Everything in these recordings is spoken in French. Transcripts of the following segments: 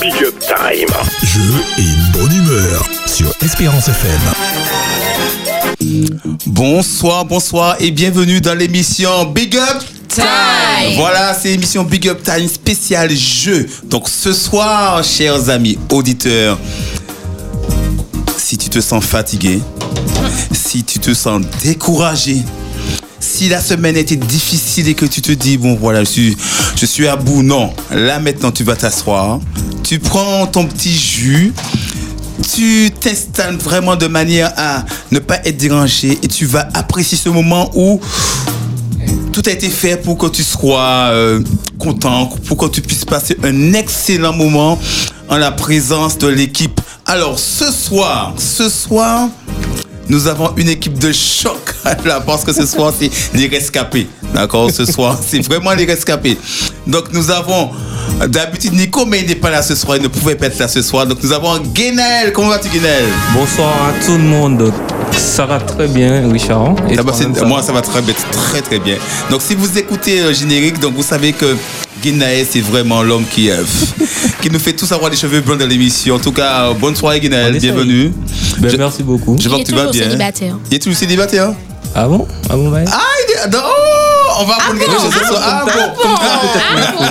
Big Up Time. Jeu et une bonne humeur sur Espérance FM. Bonsoir, bonsoir et bienvenue dans l'émission Big Up Time. Voilà, c'est l'émission Big Up Time spéciale jeu. Donc ce soir, chers amis auditeurs, si tu te sens fatigué, si tu te sens découragé, si la semaine était difficile et que tu te dis, bon voilà, je suis, je suis à bout, non, là maintenant tu vas t'asseoir, tu prends ton petit jus, tu t'installes vraiment de manière à ne pas être dérangé et tu vas apprécier ce moment où tout a été fait pour que tu sois euh, content, pour que tu puisses passer un excellent moment en la présence de l'équipe. Alors ce soir, ce soir, nous avons une équipe de choc là parce que ce soir c'est les rescapés. D'accord Ce soir c'est vraiment les rescapés. Donc nous avons d'habitude Nico mais il n'est pas là ce soir, il ne pouvait pas être là ce soir. Donc nous avons Guénel. Comment vas-tu Guénel Bonsoir à tout le monde. Ça va très bien, Richard. Et Ah bah, toi-même, c'est- ça va Moi ça va très bien, très très bien. Donc si vous écoutez euh, générique, donc vous savez que Guénel c'est vraiment l'homme qui, euh, qui nous fait tous avoir des cheveux blonds dans l'émission. En tout cas, euh, bonne soirée On Guénel, essaye. bienvenue. Ben, Je- Merci beaucoup. Je vois Il est que tu vas toujours bien. hein. célibataire. Il est toujours célibataire hein? Ah bon Ah bon, ouais. Ah, il est- non, oh, on va apprendre quelque bon, chose ce ah soir. Ah bon,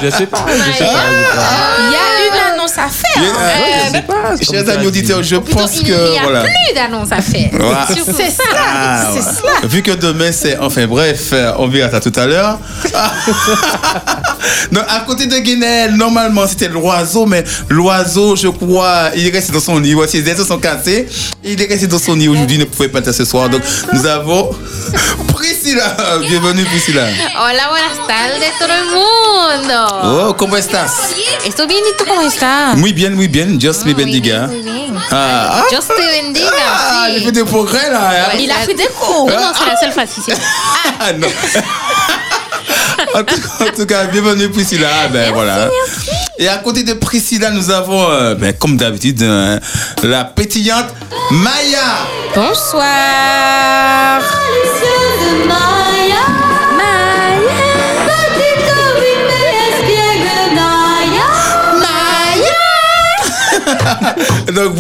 Je sais pas. Je sais pas. Il y a une annonce à faire. Mais, euh, Euh, Je sais pas. Chers amis auditeurs, je plutôt, pense il n'y que a voilà. plus d'annonce à faire. Voilà. Surtout C'est ça. Ah, c'est voilà. cela. Vu que demain c'est enfin bref, euh, on verra ça tout à l'heure. Non, à côté de Guinel, normalement c'était l'oiseau, mais l'oiseau, je crois, il est resté dans son lit. Ouais, ses ailes se sont cassées. Il est resté dans son lit aujourd'hui, il ne pouvait pas être là ce soir. Donc nous avons Priscilla. Bienvenue Priscilla. Hola, buenas tardes, todo el mundo. Oh, comment estás? Estoy bien, ¿y tú cómo estás? Muy bien, muy bien. Just me bendiga. Muy bien. Ah, ah, Dios te bendiga. ah, sí. j'ai fait des progrès là. hein. Ouais, Il la- a pris des cours. Non, non, c'est la seule facilité. Ah non. en, tout, en tout cas, bienvenue Priscilla. Ah, Ben, voilà. Et à côté de Priscilla, nous avons, euh, ben, comme d'habitude, euh, la pétillante Maya. Bonsoir. Donc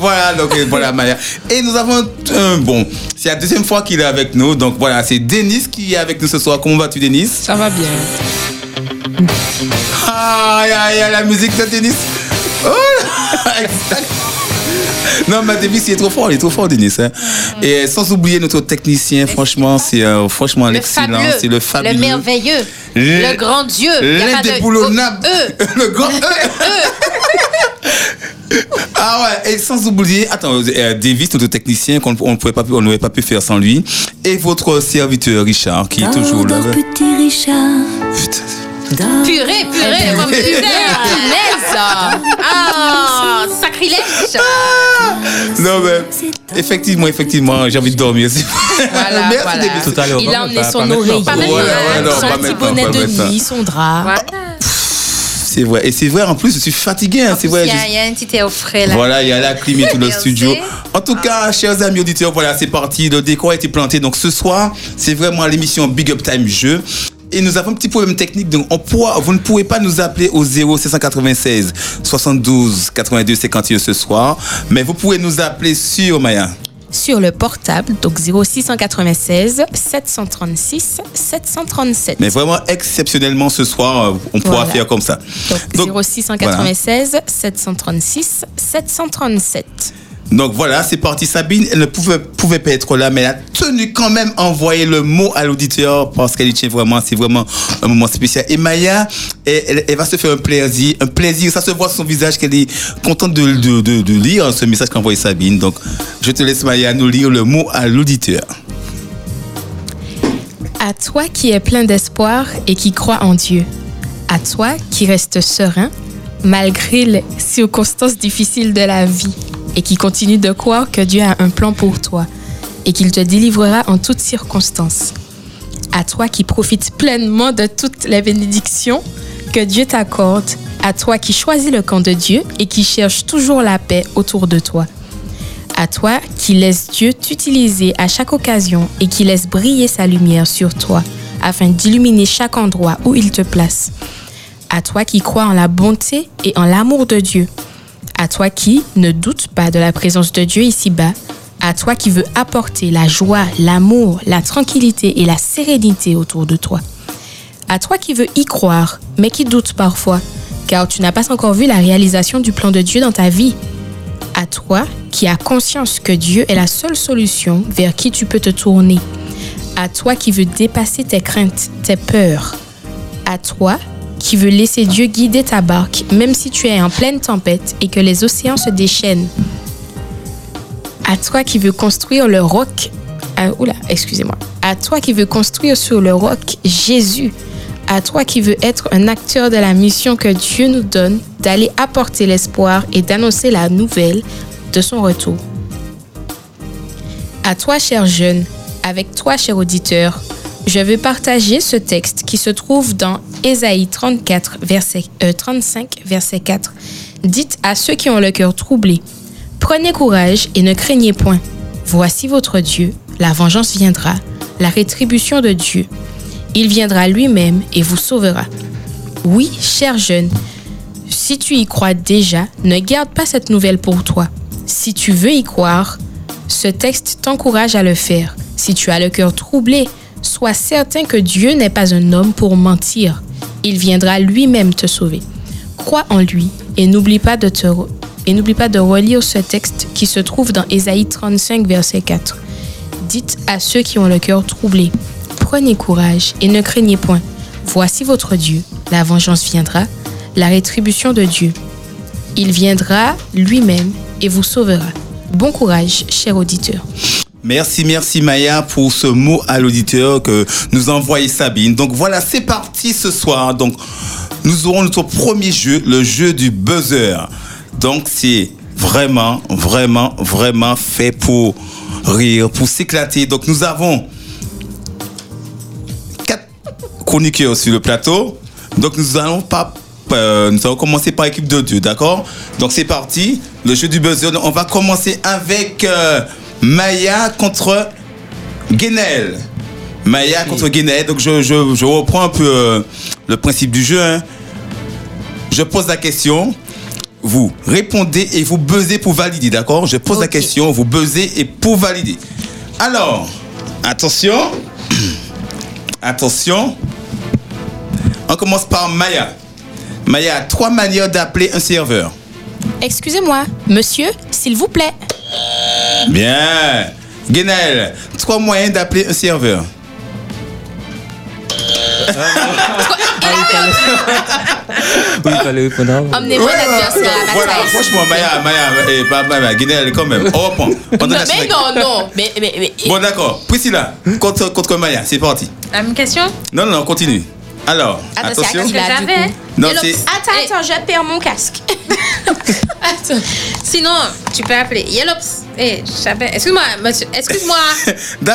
voilà, donc euh, voilà Maya. Et nous avons un bon. C'est la deuxième fois qu'il est avec nous. Donc voilà, c'est Denis qui est avec nous ce soir. Comment vas-tu, Denis Ça va bien. Ah, aïe, aïe, aïe, la musique de Denis. Oh, là, exact. Non, mais Davis, il est trop fort, il est trop fort, Denis. hein. Et sans oublier notre technicien, franchement, c'est euh, franchement Le l'excellent, fabuleux, c'est le fabuleux. le merveilleux, Le- le grand Dieu, Il y a pas de- L'indéboulonnable. E. Le grand E. E. Ah ouais, et sans oublier, attends, euh, Davis, notre technicien, qu'on on pouvait pas pu- on n'aurait pas pu faire sans lui. Et votre serviteur, Richard, qui est toujours là. Petit Richard, Putain. Purée, purée, comme tu disais, punaise. Ah, sacrilège. Non, mais effectivement, effectivement, j'ai envie de dormir. c'est vrai. Voilà, Merci, voilà. Davis. Tout à l'heure. Il non, a pas- emmené pas son maintenant. oreiller, Pas maintenant. Ouais, ouais, non, pas son petit maintenant, bonnet pas de maintenant. nuit, son drap. Voilà. C'est vrai. Et c'est vrai, en plus, je suis fatigué. hein, C'est Il vrai. y, je- a- il y a un petit offret là. Voilà, il y a la clim et tout le Merci. studio. En tout Ah. cas, chers amis auditeurs, voilà, c'est parti. Le décor a été planté. Donc ce soir, c'est vraiment l'émission Big Up Time Jeu. Et nous avons un petit problème technique, donc on pourra- vous ne pouvez pas nous appeler au 0 796 72 82 51 ce soir, mais vous pouvez nous appeler sur Maya. Sur le portable, donc 0696 736 737. Mais vraiment exceptionnellement ce soir, euh, on pourra Voilà. faire comme ça. Donc, Donc, 0696 736 737. donc voilà, c'est parti. Sabine, elle ne pouvait, pouvait pas être là, mais elle a tenu quand même à envoyer le mot à l'auditeur parce qu'elle y tient vraiment. C'est vraiment un moment spécial. Et Maya, elle, elle- elle va se faire un plaisir. Un plaisir. Ça se voit sur son visage qu'elle est contente de, de- de- de lire ce message qu'a envoyé Sabine. Donc, je te laisse, Maya, nous lire le mot à l'auditeur. À toi qui es plein d'espoir et qui crois en Dieu. À toi qui restes serein malgré les circonstances difficiles de la vie et qui continue de croire que Dieu a un plan pour toi et qu'il te délivrera en toutes circonstances. À toi qui profites pleinement de toutes les bénédictions que Dieu t'accorde. À toi qui choisis le camp de Dieu et qui cherche toujours la paix autour de toi. À toi qui laisse Dieu t'utiliser à chaque occasion et qui laisse briller sa lumière sur toi afin d'illuminer chaque endroit où il te place. À toi qui crois en la bonté et en l'amour de Dieu. À toi qui ne doute pas de la présence de Dieu ici-bas. À toi qui veux apporter la joie, l'amour, la tranquillité et la sérénité autour de toi. À toi qui veux y croire, mais qui doute parfois, car tu n'as pas encore vu la réalisation du plan de Dieu dans ta vie. À toi qui as conscience que Dieu est la seule solution vers qui tu peux te tourner. À toi qui veux dépasser tes craintes, tes peurs. À toi qui veux laisser Dieu guider ta barque, même si tu es en pleine tempête et que les océans se déchaînent. À toi qui veux construire le roc. ah, oula, excusez-moi. À toi qui veux construire sur le roc Jésus. À toi qui veux être un acteur de la mission que Dieu nous donne d'aller apporter l'espoir et d'annoncer la nouvelle de son retour. À toi, cher jeune, avec toi, cher auditeur, je veux partager ce texte qui se trouve dans Ésaïe 34, verset, euh, 35, verset 4. Dites à ceux qui ont le cœur troublé, prenez courage et ne craignez point. Voici votre Dieu, la vengeance viendra, la rétribution de Dieu. Il viendra lui-même et vous sauvera. Oui, cher jeune, si tu y crois déjà, ne garde pas cette nouvelle pour toi. Si tu veux y croire, ce texte t'encourage à le faire. Si tu as le cœur troublé, sois certain que Dieu n'est pas un homme pour mentir. Il viendra lui-même te sauver. Crois en lui et n'oublie pas de te re- et n'oublie pas de relire ce texte qui se trouve dans Ésaïe 35 verset 4. Dites à ceux qui ont le cœur troublé, prenez courage et ne craignez point. Voici votre Dieu, la vengeance viendra, la rétribution de Dieu. Il viendra lui-même et vous sauvera. Bon courage, cher auditeur. Merci, merci Maya pour ce mot à l'auditeur que nous a envoyé Sabine. Donc voilà, c'est parti ce soir. Donc nous aurons notre premier jeu, le jeu du buzzer. Donc c'est vraiment, vraiment, vraiment fait pour rire, pour s'éclater. Donc nous avons quatre chroniqueurs sur le plateau. Donc nous allons pas euh, nous allons commencer par équipe de deux, d'accord Donc c'est parti, le jeu du buzzer. Donc, On va commencer avec euh, Maya contre Guenel. Maya contre Guenel. Donc je, je- je reprends un peu euh, le principe du jeu. hein. Je pose la question. Vous répondez et vous buzzez pour valider, d'accord Je pose la Ok. question, vous buzzez et pour valider. Alors, attention. Attention. On commence par Maya. Maya a trois manières d'appeler un serveur. Excusez-moi, monsieur, s'il vous plaît. Bien. Guenel, trois moyens d'appeler un serveur. Oui, il fallait répondre Ah. avant. Emmenez-moi l'adversaire à voilà, bataille. franchement, Maya, Maya, eh, pas Maya, Guenel, quand même. On reprend. On donne Non, la mais suite. non, Oh, non. Mais, mais, mais- Bon, d'accord. Priscilla, contre, contre Maya, c'est parti. La même question Non, non, non, continue. Alors, Attends, Ah, bah, c'est attention. à qui là, Que du j'avais. coup Non, Et l'autre- c'est- Attends, Et- attends, je perds mon casque. Attends. Eh. Sinon, tu peux appeler Yelops. Eh, j'appelle. Excuse-moi, monsieur. Excuse-moi.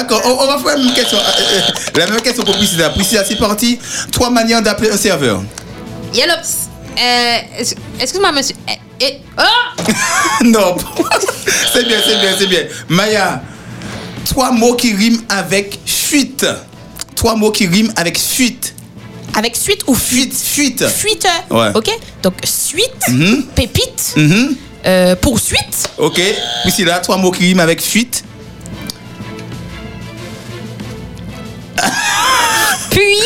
D'accord, on, on va faire la même question. Euh, euh, La même question pour Priscilla. Priscilla, c'est parti. Trois manières d'appeler un serveur. Yelops. Euh, ex- excuse-moi, monsieur. Eh, eh, oh Non. c'est bien, c'est bien, c'est bien. Maya, trois mots qui riment avec fuite. Trois mots qui riment avec fuite. Avec suite ou fuite Fuite, fuite. Fuite. Ouais. OK Donc suite, Mhm. pépite, Mhm. euh, poursuite, Ok. Priscilla, trois mots qui riment avec fuite. puis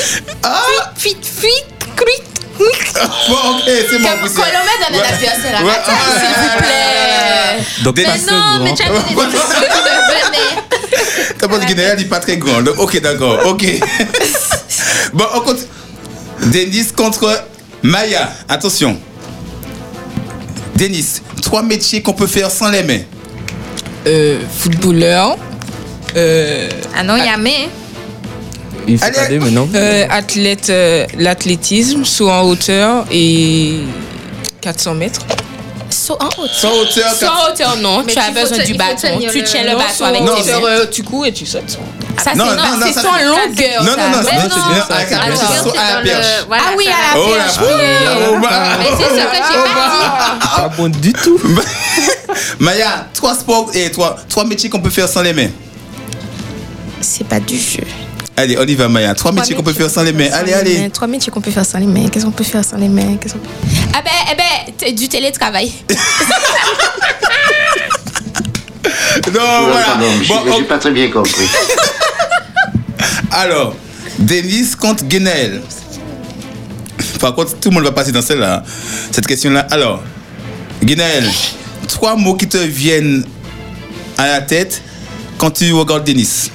Ah fuite, fuite, cuite, cuite. Bon, ok, c'est bon, Comme Priscilla. Colomé donne Ouais. un adversaire à Ouais, Ah, bataille, ouais. s'il vous ah, plaît. Donc, Mais Mais passez non, mais devant. tu as dit des trucs que T'as pas dit Guinée, elle n'est pas très grande. Ok, d'accord. Ok. bon, on compte. Denis contre Maya. Attention. Denis, trois métiers qu'on peut faire sans les mains. euh, footballeur, euh, je venais. Ah non, il y a mais. Il fait Allez, pas des, mais non. euh, athlète, euh, l'athlétisme, saut en hauteur et 400 mètres. Saut en haute. Sans hauteur. Saut en hauteur, non. Mais tu il as faut besoin te- il du faut bâton. tenir Tu le- tiens le non, bâton saut avec en non, tes hauteur, mains. euh, tu cours et tu sautes. Ça, c'est Non, non, non, non, c'est ça, saut en c'est- longueur. Non, non, non, ça. c'est- Mais non, non, c'est avec la Ah, perche. c'est Saut à la dans le- perche. voilà, Ah oui, ça, ça. à la Oh la perche. poule, oh, bah. Mais c'est ce que j'ai pas dit. Pas bon du tout. Maya, trois sports et trois, trois métiers qu'on peut faire sans les mains. C'est pas du jeu. Allez, on y va, Maya. Trois Trois métiers qu'on peut faire sans les mains. Allez, les mains. allez. Trois métiers qu'on peut faire sans les mains. Qu'est-ce qu'on peut faire sans les mains Qu'est-ce qu'on peut- Ah ben, eh ben, t- du télétravail. Non, voilà. Pardon, je Bon, n'ai pas très bien compris. on- alors, Denise contre Guenel. Par contre, tout le monde va passer dans celle-là. hein. Cette question-là. Alors, Guenel, trois mots qui te viennent à la tête quand tu regardes Denise.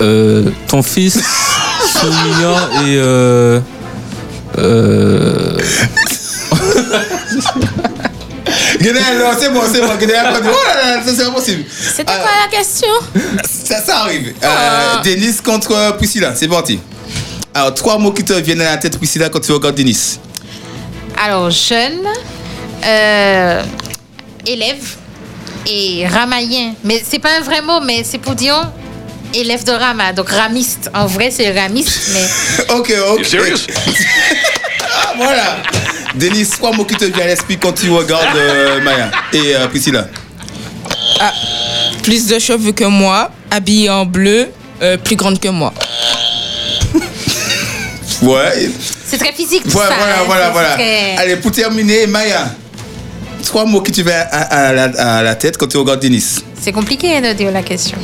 Euh, ton fils, souriant et. Euh, euh, Guenel, non, c'est bon, c'est bon. Guenel, oh là là, ça, c'est impossible. C'était Ah. quoi la question Ça, ça arrive. Euh, Denis contre Priscilla, c'est parti. Alors, trois mots qui te viennent à la tête, Priscilla, quand tu regardes Denis. Alors, jeune, euh, élève et ramayen. Mais c'est pas un vrai mot, mais c'est pour dire élève de Rama, donc ramiste. En vrai, c'est ramiste, mais Ok, ok. Ah, voilà. Denis, trois mots qui te viennent à l'esprit quand tu regardes euh, Maya et euh, Priscilla. Plus de cheveux que moi, habillée en bleu, euh, plus grande que moi. Ouais. c'est très physique. tout Voilà, ça, voilà, hein. voilà, C'est voilà. très- Allez, pour terminer, Maya. Trois mots qui te viennent à, à la, à la tête quand tu regardes Denis. C'est compliqué hein, de dire la question.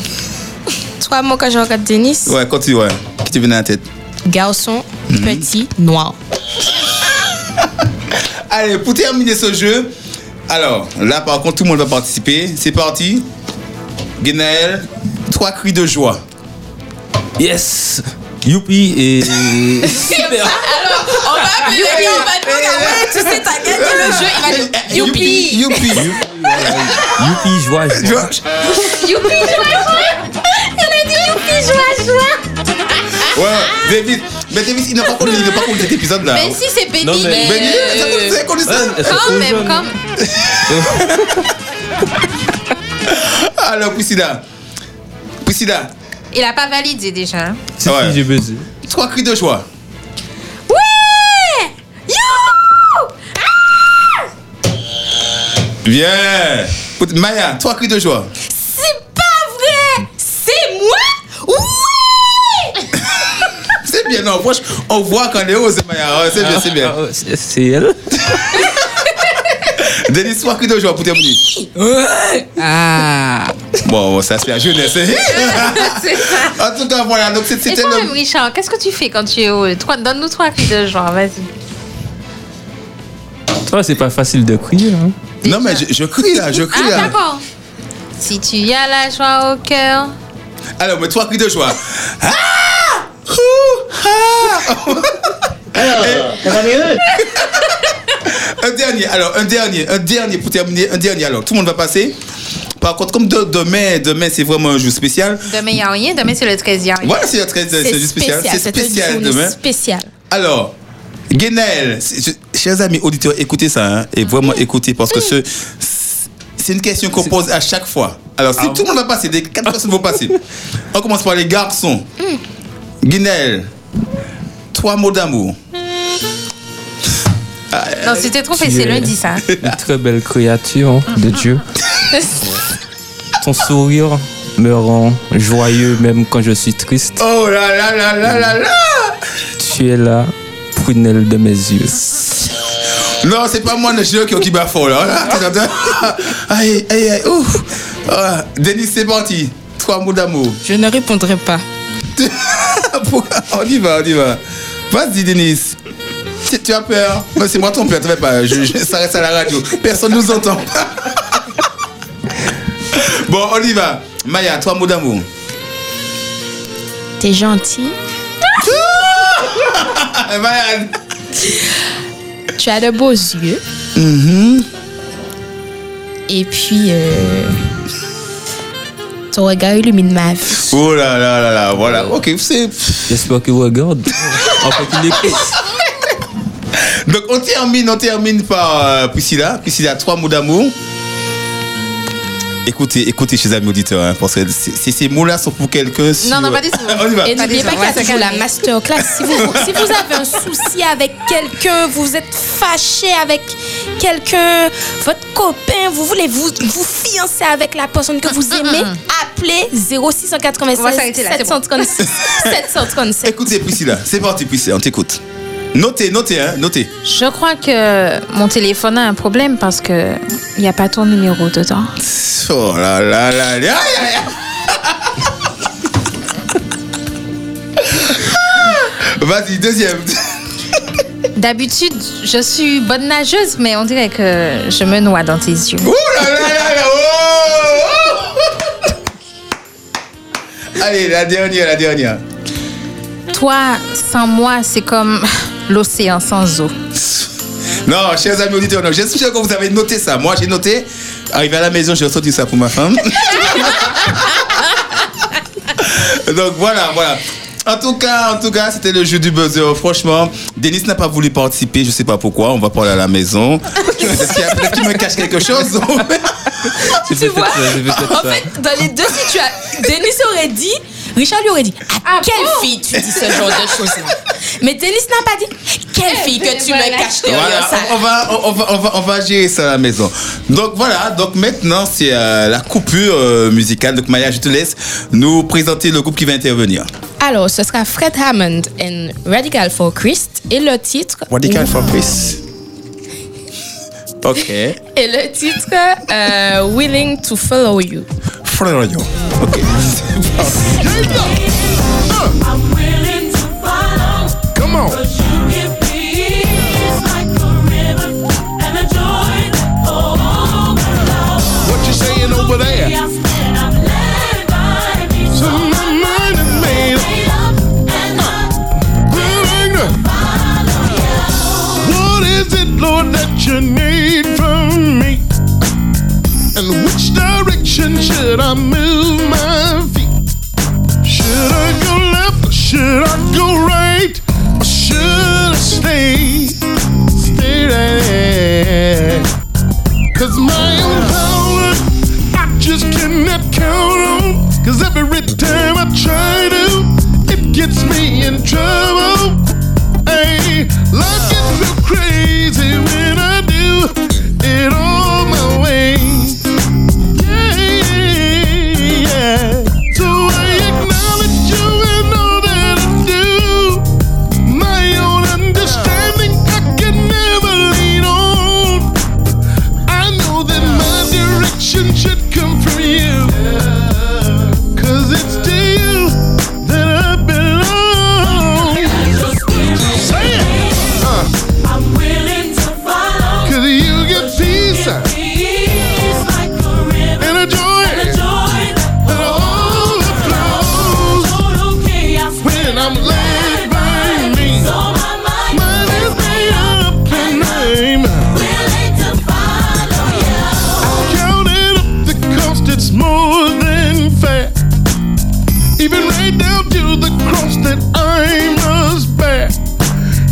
Trois mots quand je regarde Denis. Ouais, quand tu ouais. Qui te viennent à la tête. Garçon, petit, noir. Allez, pour terminer ce jeu, alors là par contre tout le monde va participer. C'est parti. Guénaël, trois cris de joie. yes! Youpi et. Super! Eh, Youpi Youpi Youpi, joie, joie. Joie. Ouais, David. Mais David, il n'a pas connu, il n'a pas connu cet épisode là. Mais si, c'est Benny, Non, mais- mais Benny, ça, vous avez connu ça Ouais, elles sont quand trop même, jeunes. quand même. Alors Priscilla. Priscilla, Il a pas validé déjà. hein. C'est Ouais. qui j'ai baisé? trois cris de joie. Ouais Bien Maya, trois cris de joie. C'est moi Oui C'est bien, non, franchement, on voit quand Léo, c'est Maya. Ouais, C'est bien, c'est bien. Ah, ouais, c'est- C'est elle? Ah. Denis, trois cris de joie pour terminer. Ah, Bon, bon, ça c'est la jeunesse. hein. C'est ça. en tout cas, voilà, donc c'est- Et c'était toi, même, le... Richard, qu'est-ce que tu fais quand tu es heureux Trois- Donne-nous trois cris de joie, vas-y. Toi, Ah, c'est pas facile de crier. Hein. Non, mais je, je crie là, je crie Ah, là. d'accord. Si tu as la joie au cœur. Alors, mais trois cris de joie. Ah Ouh Ah Ça va mieux Un dernier, alors, un dernier, un dernier pour terminer, un dernier. Alors, tout le monde va passer. Par contre, comme de- demain, demain c'est vraiment un jour spécial. Demain, il n'y a rien. Demain, c'est le 13 e Voilà, c'est un très- c'est un jour spécial. C'est cette spécial journée demain. Spécial. Alors, Guénaël, c'est- je- chers amis auditeurs, écoutez ça hein, et vraiment écoutez parce que ce, c'est Ah une question qu'on pose à chaque fois. Alors, si tout le monde va passer, les quatre personnes vont passer. On commence par les garçons. Hmm. Guénaël, trois mots d'amour. Non, c'était trop fait, c'est tu es- lundi, ça. hein. Une très belle créature hein, de Dieu. Ton sourire me rend joyeux même quand je suis triste. Oh là là là là là là Tu es la prunelle de mes yeux. Non, c'est pas moi le jeu qui, qui bat fort là. Ah, attends, attends. Aïe, aïe, aïe, ouf. Ah, Denis, c'est parti. Trois mots d'amour. je ne répondrai pas. Pourquoi On y va, on y va. Vas-y, Denis. Si tu as peur, Non, c'est moi ton père, t'en fais pas. Je, je- ça reste à la radio. Personne nous entend. bon, on y va. Maya, trois mots d'amour. T'es gentil. Ah, Maya. Tu as de beaux yeux. Mm-hmm. Et puis, euh, ton regard illumine ma vie. Oh là là là là, voilà. Euh, Ok, c'est. J'espère que vous regardez. Enfin, qu'il écoute. Donc on termine, on termine par euh, Priscilla. Priscilla, trois mots d'amour. Écoutez, écoutez, chers amis auditeurs, hein, parce que c- c- ces mots-là sont pour quelqu'un. sur- Non, non, pas du tout. On y va. Et Pas n'oubliez des pas gens, qu'il y on va se a toujours la calmer. masterclass. Si vous, si vous avez un souci avec quelqu'un, vous êtes fâché avec quelqu'un, votre copain, vous voulez vous, vous fiancer avec la personne que vous aimez, appelez 0696 On va s'arrêter là, c'est bon. 736 737. Écoutez, Priscilla, c'est parti, Priscilla, on t'écoute. Notez, notez, hein, notez. Je crois que mon téléphone a un problème parce que il n'y a pas ton numéro dedans. Oh là là là là. Aïe, aïe, aïe. Vas-y, deuxième. D'habitude, je suis bonne nageuse, mais on dirait que je me noie dans tes yeux. Ouh là là là là. oh, oh. Allez, la dernière, la dernière. Toi, sans moi, c'est comme l'océan sans eau. Non, chers amis auditeurs, non, j'espère que vous avez noté ça. Moi, j'ai noté. Arrivé à la maison, j'ai ressorti ça pour ma femme. Donc voilà, voilà. En tout cas, en tout cas, c'était le jeu du buzzer. Franchement, Denis n'a pas voulu participer. Je sais pas pourquoi. On va parler à la maison. Peut-être qu'il y a- peut-être qu'il me cache quelque chose. C'est Tu vois peut-être ça, c'est peut-être En ça. fait, dans les deux situations, Denis aurait dit, Richard lui aurait dit, à Ah quelle fille tu dis ce genre de choses-là Mais Denis n'a pas dit, quelle Eh fille ben que tu me caches derrière Voilà, ça. on, on va, on, on va, on, va, on va gérer ça à la maison. Donc voilà, donc maintenant c'est euh, la coupure euh, musicale. Donc Maya, je te laisse nous présenter le groupe qui va intervenir. Alors, ce sera Fred Hammond and Radical for Christ et le titre. Radical for Peace. Ok. Et le titre euh, Willing to Follow You. Frère Rayon. Ok. Come on. What you saying over there? So my mind is made up. What is it, Lord, that you need from me? And which direction should I move my feet? Should I go left? Or should I go right? Or should I stay? Stay there. Cause my own power, I just cannot count on. Cause every time I try to, it gets me in trouble. Ay, life gets real crazy when I do it all my way. Uh. Cause you get peace and a joy. And all the flows when I'm laid by me. Mine is made up in name. Counted up the cost, it's more than fair. Even right down to the cross that I must bear.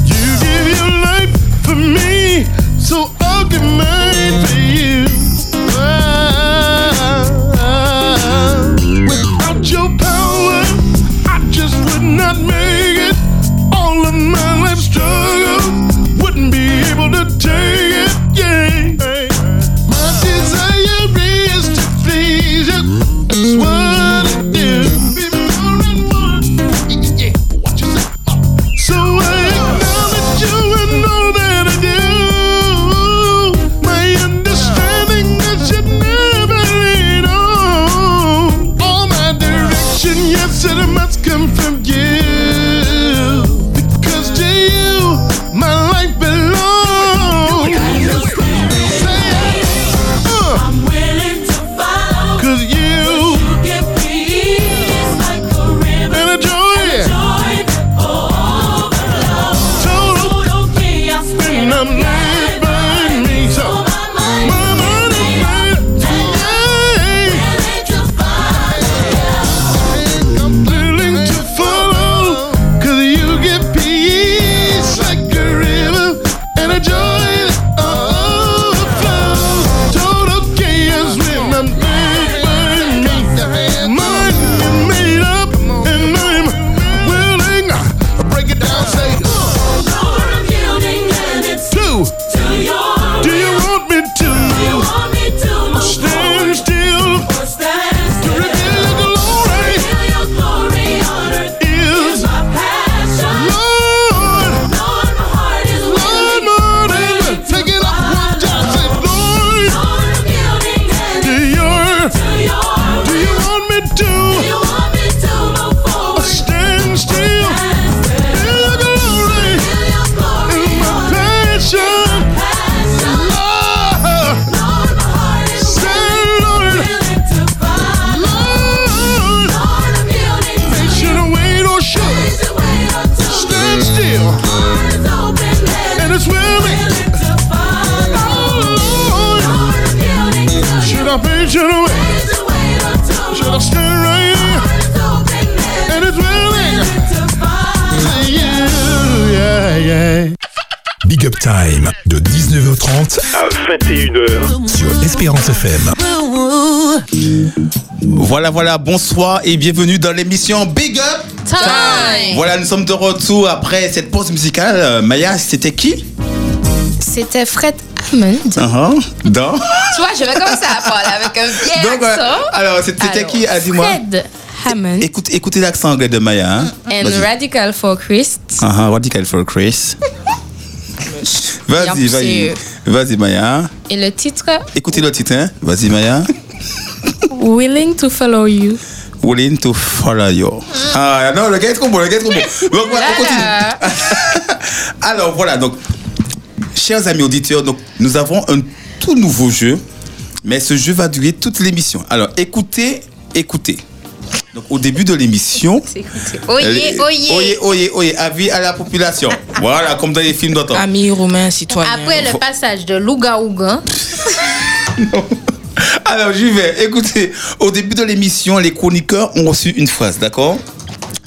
You give your life for me, so I'll give mine for you. Ah, Without your power, I just would not make it. All of my life struggle wouldn't be able to take it. Yeah. My desire is to please you. That's what I do. Be more and more. Yeah, yeah, yeah. Watch yourself. So I acknowledge you and all that I do. My Uh. should I wait? Should I stay right here? And it's waiting for you, yeah, yeah. Big Up Time de 19h30 à 21h sur Espérance FM. Voilà, voilà, bonsoir et bienvenue dans l'émission Big Up Time. Voilà, nous sommes de retour après cette pause musicale. Euh, Maya, c'était qui C'était Fred Hammond. Uhum, Dans Tu vois, je vais commencer à parler avec un vieil Donc, euh, accent. alors, c'était Alors, qui ah, Dis-moi. Fred Hammond Écoute, écoutez l'accent anglais de Maya. Hein. and Vas-y. Radical for Christ. Uhum, Radical for Chris. vas-y, Yep, vas-y. Vas-y, Maya. Et le titre, Écoutez le titre. Hein. Vas-y, Maya. Willing to Follow You. Willing to follow you. Ah non, le gars est trop bon, le gars est trop bon. Donc voilà, on continue. Alors voilà, donc, chers amis auditeurs, donc, nous avons un tout nouveau jeu, mais ce jeu va durer toute l'émission. Alors écoutez, écoutez. Donc au début de l'émission, Oyez, oyez, oyez. oyez, oyez, avis à la population. voilà, comme dans les films d'antan. Amis romains, citoyens. Après le passage de Louga Ougan, Alors, j'y vais. Écoutez, au début de l'émission, les chroniqueurs ont reçu une phrase, d'accord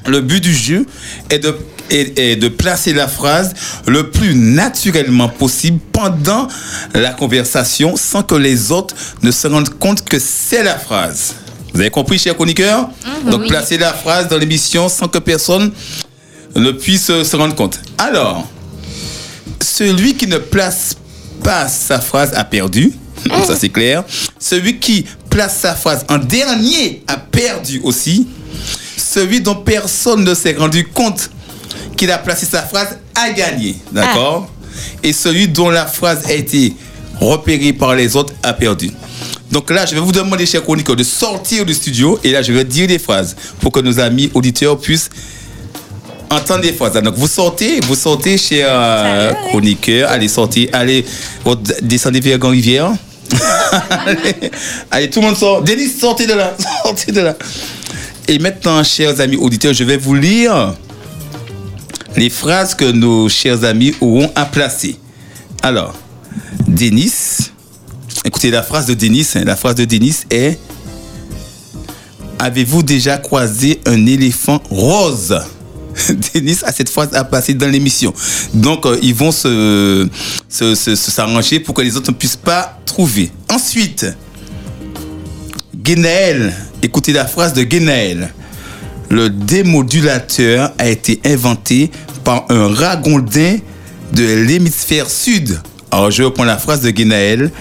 Le but du jeu est de, est- est de placer la phrase le plus naturellement possible pendant la conversation sans que les autres ne se rendent compte que c'est la phrase. Vous avez compris, chers chroniqueurs Donc, oui. placer la phrase dans l'émission sans que personne ne puisse euh, se rendre compte. Alors, celui qui ne place pas sa phrase a perdu. Ça, c'est clair. Celui qui place sa phrase en dernier a perdu aussi. Celui dont personne ne s'est rendu compte qu'il a placé sa phrase a gagné. D'accord Et celui dont la phrase a été repérée par les autres a perdu. Donc là, je vais vous demander, chers chroniqueurs, de sortir du studio. Et là, je vais dire des phrases pour que nos amis auditeurs puissent entendre des phrases. Donc vous sortez, vous sortez, chers euh, chroniqueurs. Allez, sortez, allez, re- descendez vers Grand Rivière. allez, allez, tout le monde sort. Denis, sortez de là. Sortez de là. Et maintenant, chers amis auditeurs, je vais vous lire les phrases que nos chers amis auront à placer. Alors, Denis, écoutez la phrase de Denis. hein, la phrase de Denis est Avez-vous déjà croisé un éléphant rose Denis a cette phrase à placer dans l'émission. Donc, euh, ils vont se se- se- se- s'arranger pour que les autres ne puissent pas trouver. Ensuite, Guénaël, écoutez la phrase de Guénaël. Le démodulateur a été inventé par un ragondin de l'hémisphère sud. Alors je reprends la phrase de Guénaël.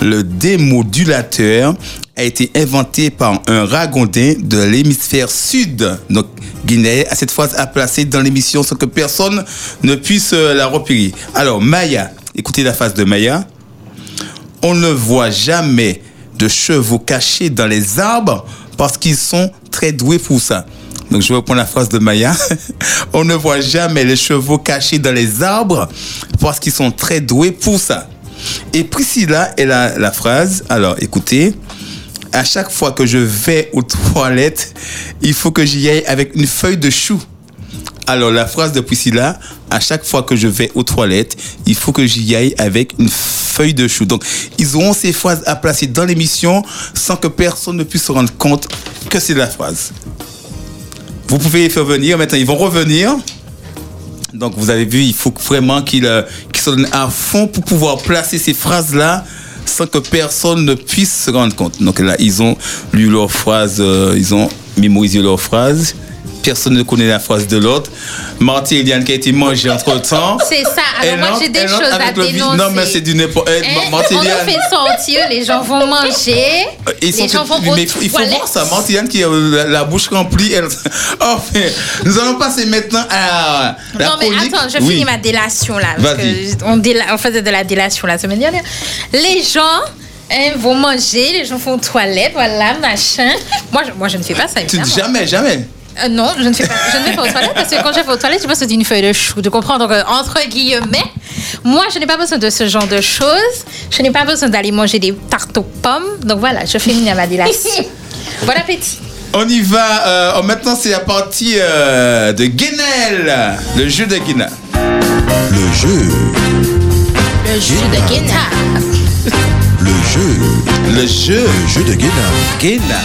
Le démodulateur a été inventé par un ragondin de l'hémisphère sud. Donc Guénaël a cette phrase à placer dans l'émission sans que personne ne puisse euh, la repérer. Alors Maya, écoutez la phrase de Maya. On ne voit jamais de chevaux cachés dans les arbres parce qu'ils sont très doués pour ça. Donc je reprends la phrase de Maya. On ne voit jamais les chevaux cachés dans les arbres parce qu'ils sont très doués pour ça. Et Priscilla, elle a la phrase. Alors écoutez, à chaque fois que je vais aux toilettes, il faut que j'y aille avec une feuille de chou. Alors la phrase de Priscilla, à chaque fois que je vais aux toilettes, il faut que j'y aille avec une feuille de chou. Donc ils auront ces phrases à placer dans l'émission sans que personne ne puisse se rendre compte que c'est la phrase. Vous pouvez les faire venir, maintenant ils vont revenir. Donc vous avez vu, il faut vraiment qu'ils euh, qu'ils se donnent à fond pour pouvoir placer ces phrases-là sans que personne ne puisse se rendre compte. Donc là, ils ont lu leurs phrases, euh, ils ont mémorisé leurs phrases. Personne ne connaît la phrase de l'autre. Marty et Eliane qui a été mangée entre-temps. c'est ça. Alors Elle moi, entre- j'ai des elle choses entre à avec le vide. dénoncer. Non, mais c'est du n'importe Eh, Hein, Ma- Marty et on nous Eliane. fait sortir, les gens vont manger, Ils les sont- gens vont aux mais il Euh, faut toilettes. voir ça, Martiane qui a la, la bouche remplie. Elle... Enfin, nous allons passer maintenant à la non mais chronique. attends, je Oui. finis ma délation là. Parce Vas-y. que on, déla- on faisait de la délation la semaine dernière. Les gens hein, vont manger, les gens font toilette, voilà, machin. Moi, je, moi, je ne fais pas ça, Tu- évidemment. Jamais, jamais. Euh, non, je ne, fais pas, je ne vais pas aux toilettes parce que quand je vais aux toilettes, je passe d'une feuille de chou. Tu comprends Donc, euh, entre guillemets, moi, je n'ai pas besoin de ce genre de choses. Je n'ai pas besoin d'aller manger des tartes aux pommes. Donc, voilà, je finis ma délation. bon appétit. On y va. euh, oh, maintenant, c'est la partie euh, de Guinel. Le jeu de Guinel. Le jeu, Ah, Le jus de guitare. Le jeu. Le jeu. Le jeu de Guéna. Guéna.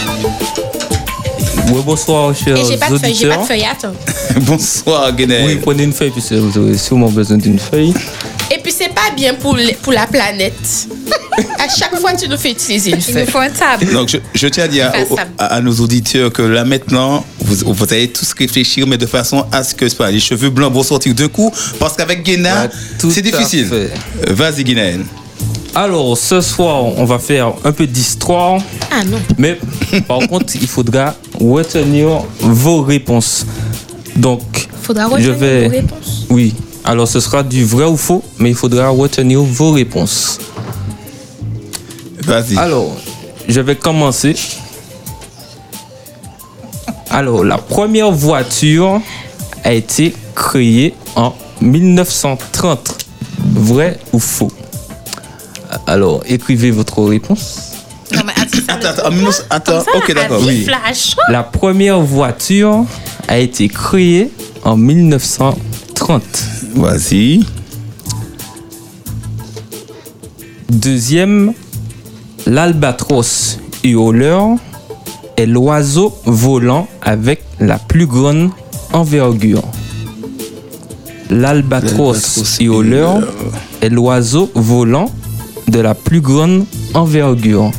Oui, bonsoir, chers Et j'ai pas de feuille, j'ai pas de auditeurs. feuille, attends. Bonsoir, Guéna. Oui, prenez une feuille, puisque vous aurez sûrement besoin d'une feuille. Et puis, c'est pas bien pour, les- pour la planète. à chaque fois, tu nous fais utiliser une Il nous feuille. faut un table. Donc, je, je tiens à dire Face au- à- à, à nos auditeurs que là maintenant, vous, vous allez tous réfléchir, mais de façon à ce que c'est pas, les cheveux blancs vont sortir d'un coup, parce qu'avec Guéna, Ouais, Bah, tout c'est à difficile. fait. Euh, Vas-y, Guénaël. Alors, ce soir, on va faire un peu d'histoire. Ah non. Mais par contre, il faudra retenir vos réponses. Donc, Faudra je retenir vais. vos réponses. Oui. Alors, ce sera du vrai ou faux, mais il faudra retenir vos réponses. Vas-y. Alors, je vais commencer. Alors, la première voiture a été créée en 1930. Vrai ou faux Euh, Alors, écrivez votre réponse. Non, mais attends, ça, Attends, attends, en 19 attends, Oh, ok, d'accord. Avis Oui. Flash. La première voiture a été créée en 1930. Vas-y. Deuxième, l'albatros hurleur est l'oiseau volant avec la plus grande envergure. L'albatros L'albatros hurleur hurleur. est l'oiseau volant de la plus grande envergure.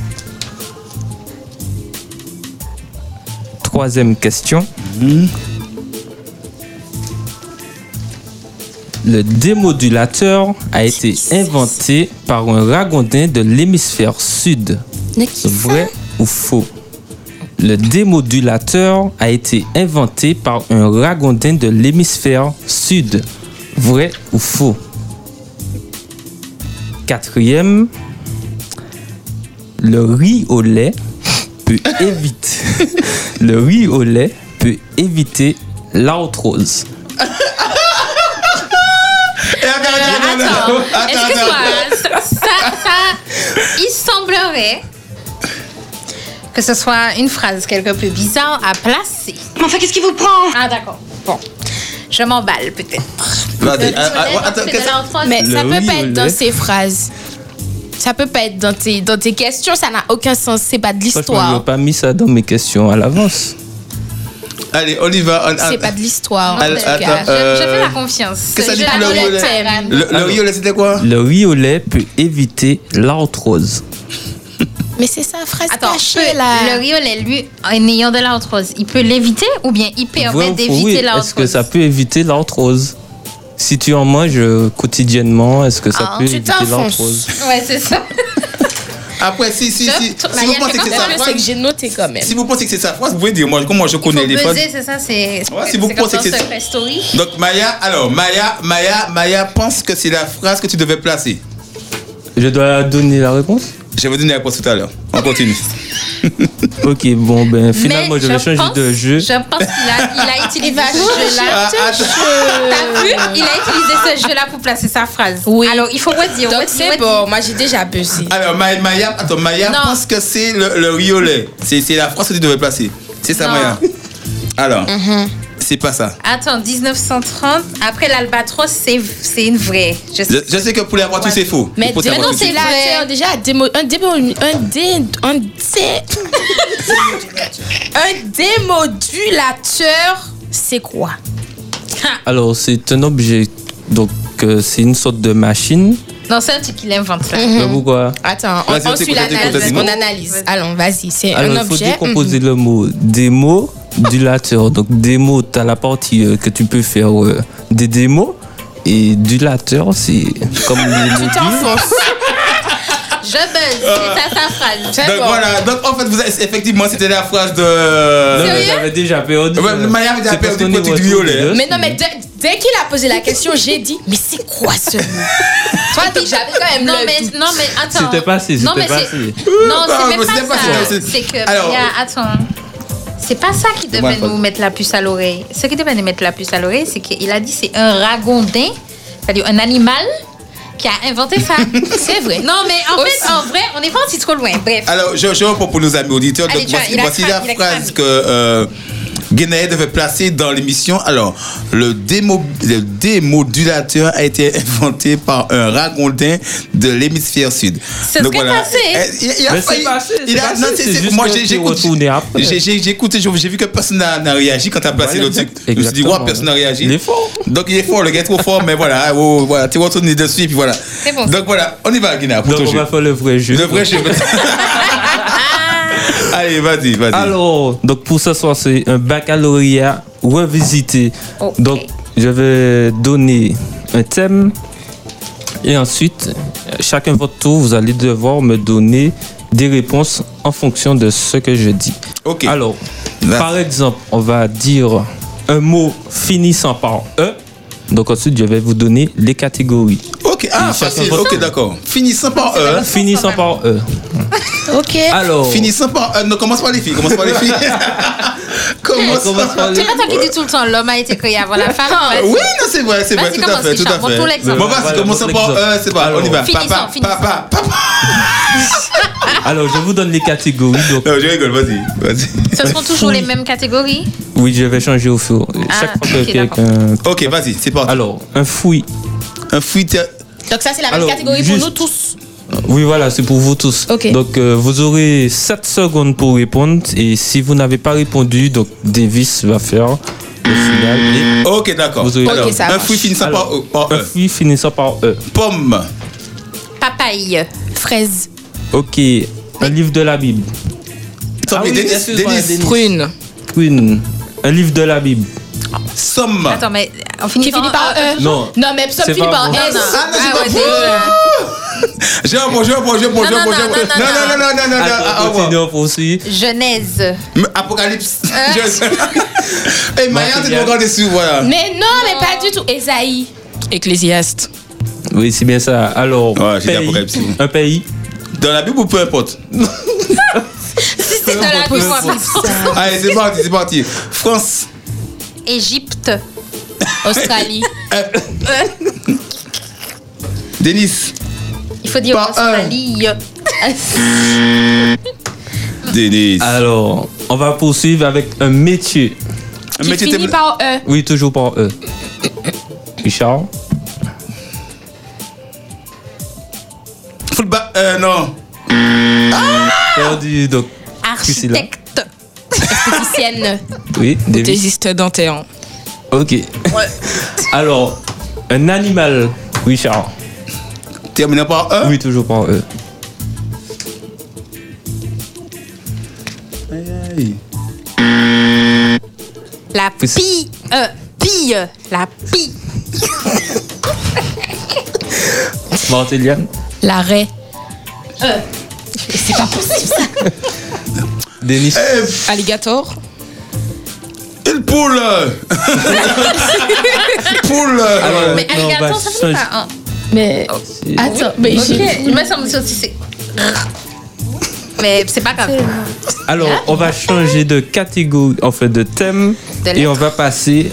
Troisième question. Le démodulateur a été inventé par un ragondin de l'hémisphère sud. Vrai ou faux Le démodulateur a été inventé par un ragondin de l'hémisphère sud. Vrai ou faux Quatrième, le riz au lait peut éviter. le riz au lait peut éviter l'arthrose. Eh, regarde, Guéna, là. Attends, attends, excuse-moi. attends. Ça, ça- il semblerait que ce soit une phrase quelque peu bizarre à placer. Mais enfin, qu'est-ce qui vous prend Ah, d'accord. Bon. Je m'emballe peut-être. Vas-y, ah, ah, attends, C'est qu'est-ce- de l'enfance. Mais Le ça peut oui pas ou être le- dans ces phrases. Ça peut pas être dans tes, dans tes questions, ça n'a aucun sens, c'est pas de Franchement, je l'histoire. pas mis ça dans mes questions à l'avance. Allez, on y va. on- C'est att- pas de l'histoire. en Al- tout cas. attends, Je, je fais euh, la confiance. que ça Je dit la couleur donne violet. à Anne. Le, le riz au lait, c'était quoi Le riz au lait peut éviter l'arthrose. Mais c'est ça, phrase Attends, cachée peut- là. le riolet, lui, en ayant de l'arthrose, il peut l'éviter ou bien il Vrai permet ou faux Oui, d'éviter Est-ce que l'arthrose ça peut éviter l'arthrose Si tu en manges euh, quotidiennement, est-ce que ça Ah, peut tu éviter t'enfonces. l'arthrose Ouais, c'est ça. Après, si, si, si. Stop, Si stop, vous Marielle, pensez que c'est c'est quoi sa Le le- c'est que phrase, j'ai noté quand même. si vous pensez que c'est sa phrase, vous pouvez dire, moi, comment je Il faut connais les phrases. buzzer, c'est ça, c'est. Ouais, si c'est vous comme pensez dans que c'est- Secret Story. Donc, Maya, alors, Maya, Maya, Maya pense que c'est la phrase que tu devais placer. Je dois donner la réponse Je vais vous donner la réponse tout à l'heure. On continue. Ok, bon, ben finalement, Mais je vais changer pense- de jeu. Je pense qu'il a, il a utilisé va ce jeu-là. Ah, attends. T'as vu Il Ah. a utilisé ce jeu-là pour placer sa phrase. Oui. Alors, il faut redire. Donc redire, c'est redire. bon, moi j'ai déjà buzzé. ah, Alors, Maya, Maya, attends, Maya Non. pense que c'est le, le riolet. C'est c'est la phrase que tu devais placer. C'est ça, Non. Maya. Alors, Mm-hmm. c'est pas ça. Attends, 1930, après l'albatros, c'est c'est une vraie. Je, Je sais. je sais que pour la voiture, c'est faux. Mais pour ta non, voiture, c'est la- là. vrai. Déjà, un démo, un démo, un dé, un dé, un démodulateur, c'est quoi Alors, c'est un objet, donc euh, c'est une sorte de machine. Non, c'est un truc qu'il invente là. Ben, pourquoi Attends, on, Vas-y, on on suit t'écoute, on t'écoute, l'analyse, vas-y. on analyse. Allons, vas-y, c'est un Alors, il faut objet. décomposer le mot démodulateur. Donc, démo, tu as la partie euh, que tu peux faire euh, des démos. Et dulateur, c'est comme les Mhm. modules. T'enfonces. Je buzz, c'est ça sa phrase. C'est Donc bon. voilà, donc en fait, vous avez- effectivement, c'était la phrase de. Non, mais j'avais déjà perdu. Ouais, mais Maya avait déjà C'est parce perdu qu'on côté est du hein. retour violet. de l'autre. Mm. Mais non, mais dès, dès qu'il a posé la question, j'ai dit, mais c'est quoi ce mot Toi, donc j'avais quand même Non le mais, doute. non mais attends. C'était passé, Non c'était mais c'est- passé. Non, Bah, c'est même mais pas, c'était passé, ça. mais c'est- C'est que, Alors- Mia, attends. C'est pas ça qui devait Ouais, nous pas- mettre la puce à l'oreille. Ce qui devait nous mettre la puce à l'oreille, c'est qu'il a dit c'est un ragondin, c'est-à-dire un animal qui a inventé ça. c'est vrai. Non mais en fait, en vrai, on est parti trop loin. Bref. Ah, Alors, je, je reprends pour nos amis auditeurs. Allez, Donc, tu vois, voici, il a voici cramé, la il a phrase cramé. que euh, Guénaël devait placer dans l'émission. Alors, le, démo- le démodulateur a été inventé par un ragondin de l'hémisphère sud. C'est ce qui est passé. Eh, Il, il a Mais c'est failli- passé, c'est il a- passé, non, c'est- c'est c'est- juste Moi, que j'ai t'es j'ai écouté. retourné après. J'ai j'ai- j'ai écouté, j'ai j'ai vu que personne n'a n'a réagi quand t'as placé Voilà, le truc. exact- Je me suis dit, ouais, exactement. personne n'a réagi. Il est fort. Donc, il est fort, le gars est trop fort, mais voilà, oh, voilà t'es retourné dessus, et puis voilà. C'est bon. Donc, voilà, on y va, Guénaël, pour Donc ton on jeu. va faire le vrai jeu. Le vrai jeu. Allez, vas-y, vas-y. Alors, donc pour ce soir, c'est un baccalauréat revisité. Ok. Donc, je vais donner un thème et ensuite, chacun votre tour, vous allez devoir me donner des réponses en fonction de ce que je dis. ok. Alors, Vas-y. par exemple, on va dire un mot finissant par E. Donc ensuite, je vais vous donner les catégories. ok. Ah, facile. Ok, d'accord. Finissons par E. Finissant par E. Ok. Alors, Finissons par E. Ne commence pas les filles. Commence pas les filles. commence on commence par. par C'est les- pas toi qui dis tout le temps l'homme a été créé avant la femme. Ah, Euh, Oui, vas-y. non, c'est vrai, c'est vrai, Vas-y, tout à commence, fait, tout Richard, à montre-nous fait. l'exemple. Bon, vas-y, Voilà, commençons par montre E, c'est pas, on y va. Alors. Finissons, Papa, finissons. papa, papa. alors, je vous donne les catégories. Donc, Non, je rigole, vas-y, vas-y. Ce seront toujours les mêmes catégories. Oui, je vais changer au fur. Chaque fois que Ah, ok, quelqu'un. Ok, vas-y, c'est parti. Alors, un fouille. Un fuite. Donc ça, c'est la même Alors, catégorie juste- pour nous tous. Oui, voilà, c'est pour vous tous. Ok. Donc, euh, vous aurez 7 secondes pour répondre. Et si vous n'avez pas répondu, donc Davis va faire le final. Et Ok, d'accord. Vous aurez- Alors, Ok, ça un marche. fruit finissant par E. par un E. fouille finissant par E. Pomme. Papaye. Fraise. Ok. Un livre de la Bible. Somme et oui, Denis, excuse-moi, Denis. Denis. Prune. Prune. Un livre de la Bible. Somme. Attends, mais euh, on finit, Qui finit par E. Non. Non, mais ça C'est finit pas par bon. S. euh, Ah, non, c'est Ah pas ouais, pour- désolé. J'ai un mot, j'ai un mot, j'ai un mot, j'ai un mot, j'ai un mot. non, non, Non, non, non, non, non, non, ah, Allez, on ah, ouais. continue, on poursuit. Genèse. Mais Apocalypse. Je- Et Maya, tu nous regardes dessus, voilà. Mais non, mais pas du tout. Esaïe. Ecclésiaste. Oui, c'est bien ça. Alors, Ouais, j'ai dit pays. Apocalypse. un pays. Dans la Bible ou peu importe C'est de la vie, moi, pas. Allez, c'est parti, c'est parti. France. Égypte. Australie. Denis. Il faut dire Par un. Australie. Denis. Alors, on va poursuivre avec un métier. Qui finit par E. Oui, toujours par E. euh, Richard. Football. Euh, non. Perdu, donc. Priscilla. Architecte. Esthéticienne. Oui, Davis. Prothésiste dentaire. Ok. Alors, un animal. Oui, Charles. Terminé par E. Ah. Oui, toujours par E. La Oui, c'est- pie. Euh, pie. La pie. Martelian. L'arrêt. Denis. Euh, Alligator. Oh Une poule. poule. Alors, Mais non, alligator, bah, ça finit ça, par un. Mais attends, mais Ok, j'ai- il me semble que c'est. Mais c'est pas grave. Alors, on va changer de catégorie, en fait, de thème. De et on va passer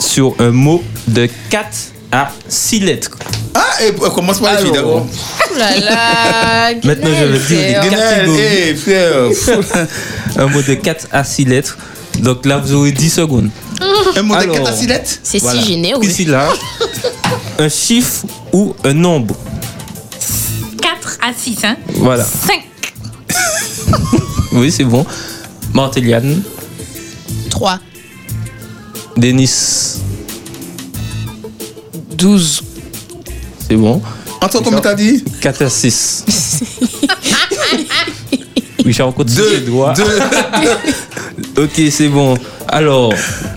sur un mot de 4 à 6 lettres. Ah, et commence par les filles d'abord. Ouh là là, Maintenant, je vais dire des Guinée, Guinel, catégories. eh, frère. Un mot de 4 à 6 lettres. Donc là, vous aurez 10 secondes. Un mot de Alors. quatre à six lettres. C'est Voilà. si généreux. Priscilla, un chiffre ou un nombre. 4 à 6, hein. Voilà. 5. Oui, c'est bon. Marteliane, 3. Denis, 12. c'est bon. Antoine, comment t'as dit 4 à 6. Richard, compte sur Deux. les doigts. Deux. Ok, c'est bon. Alors,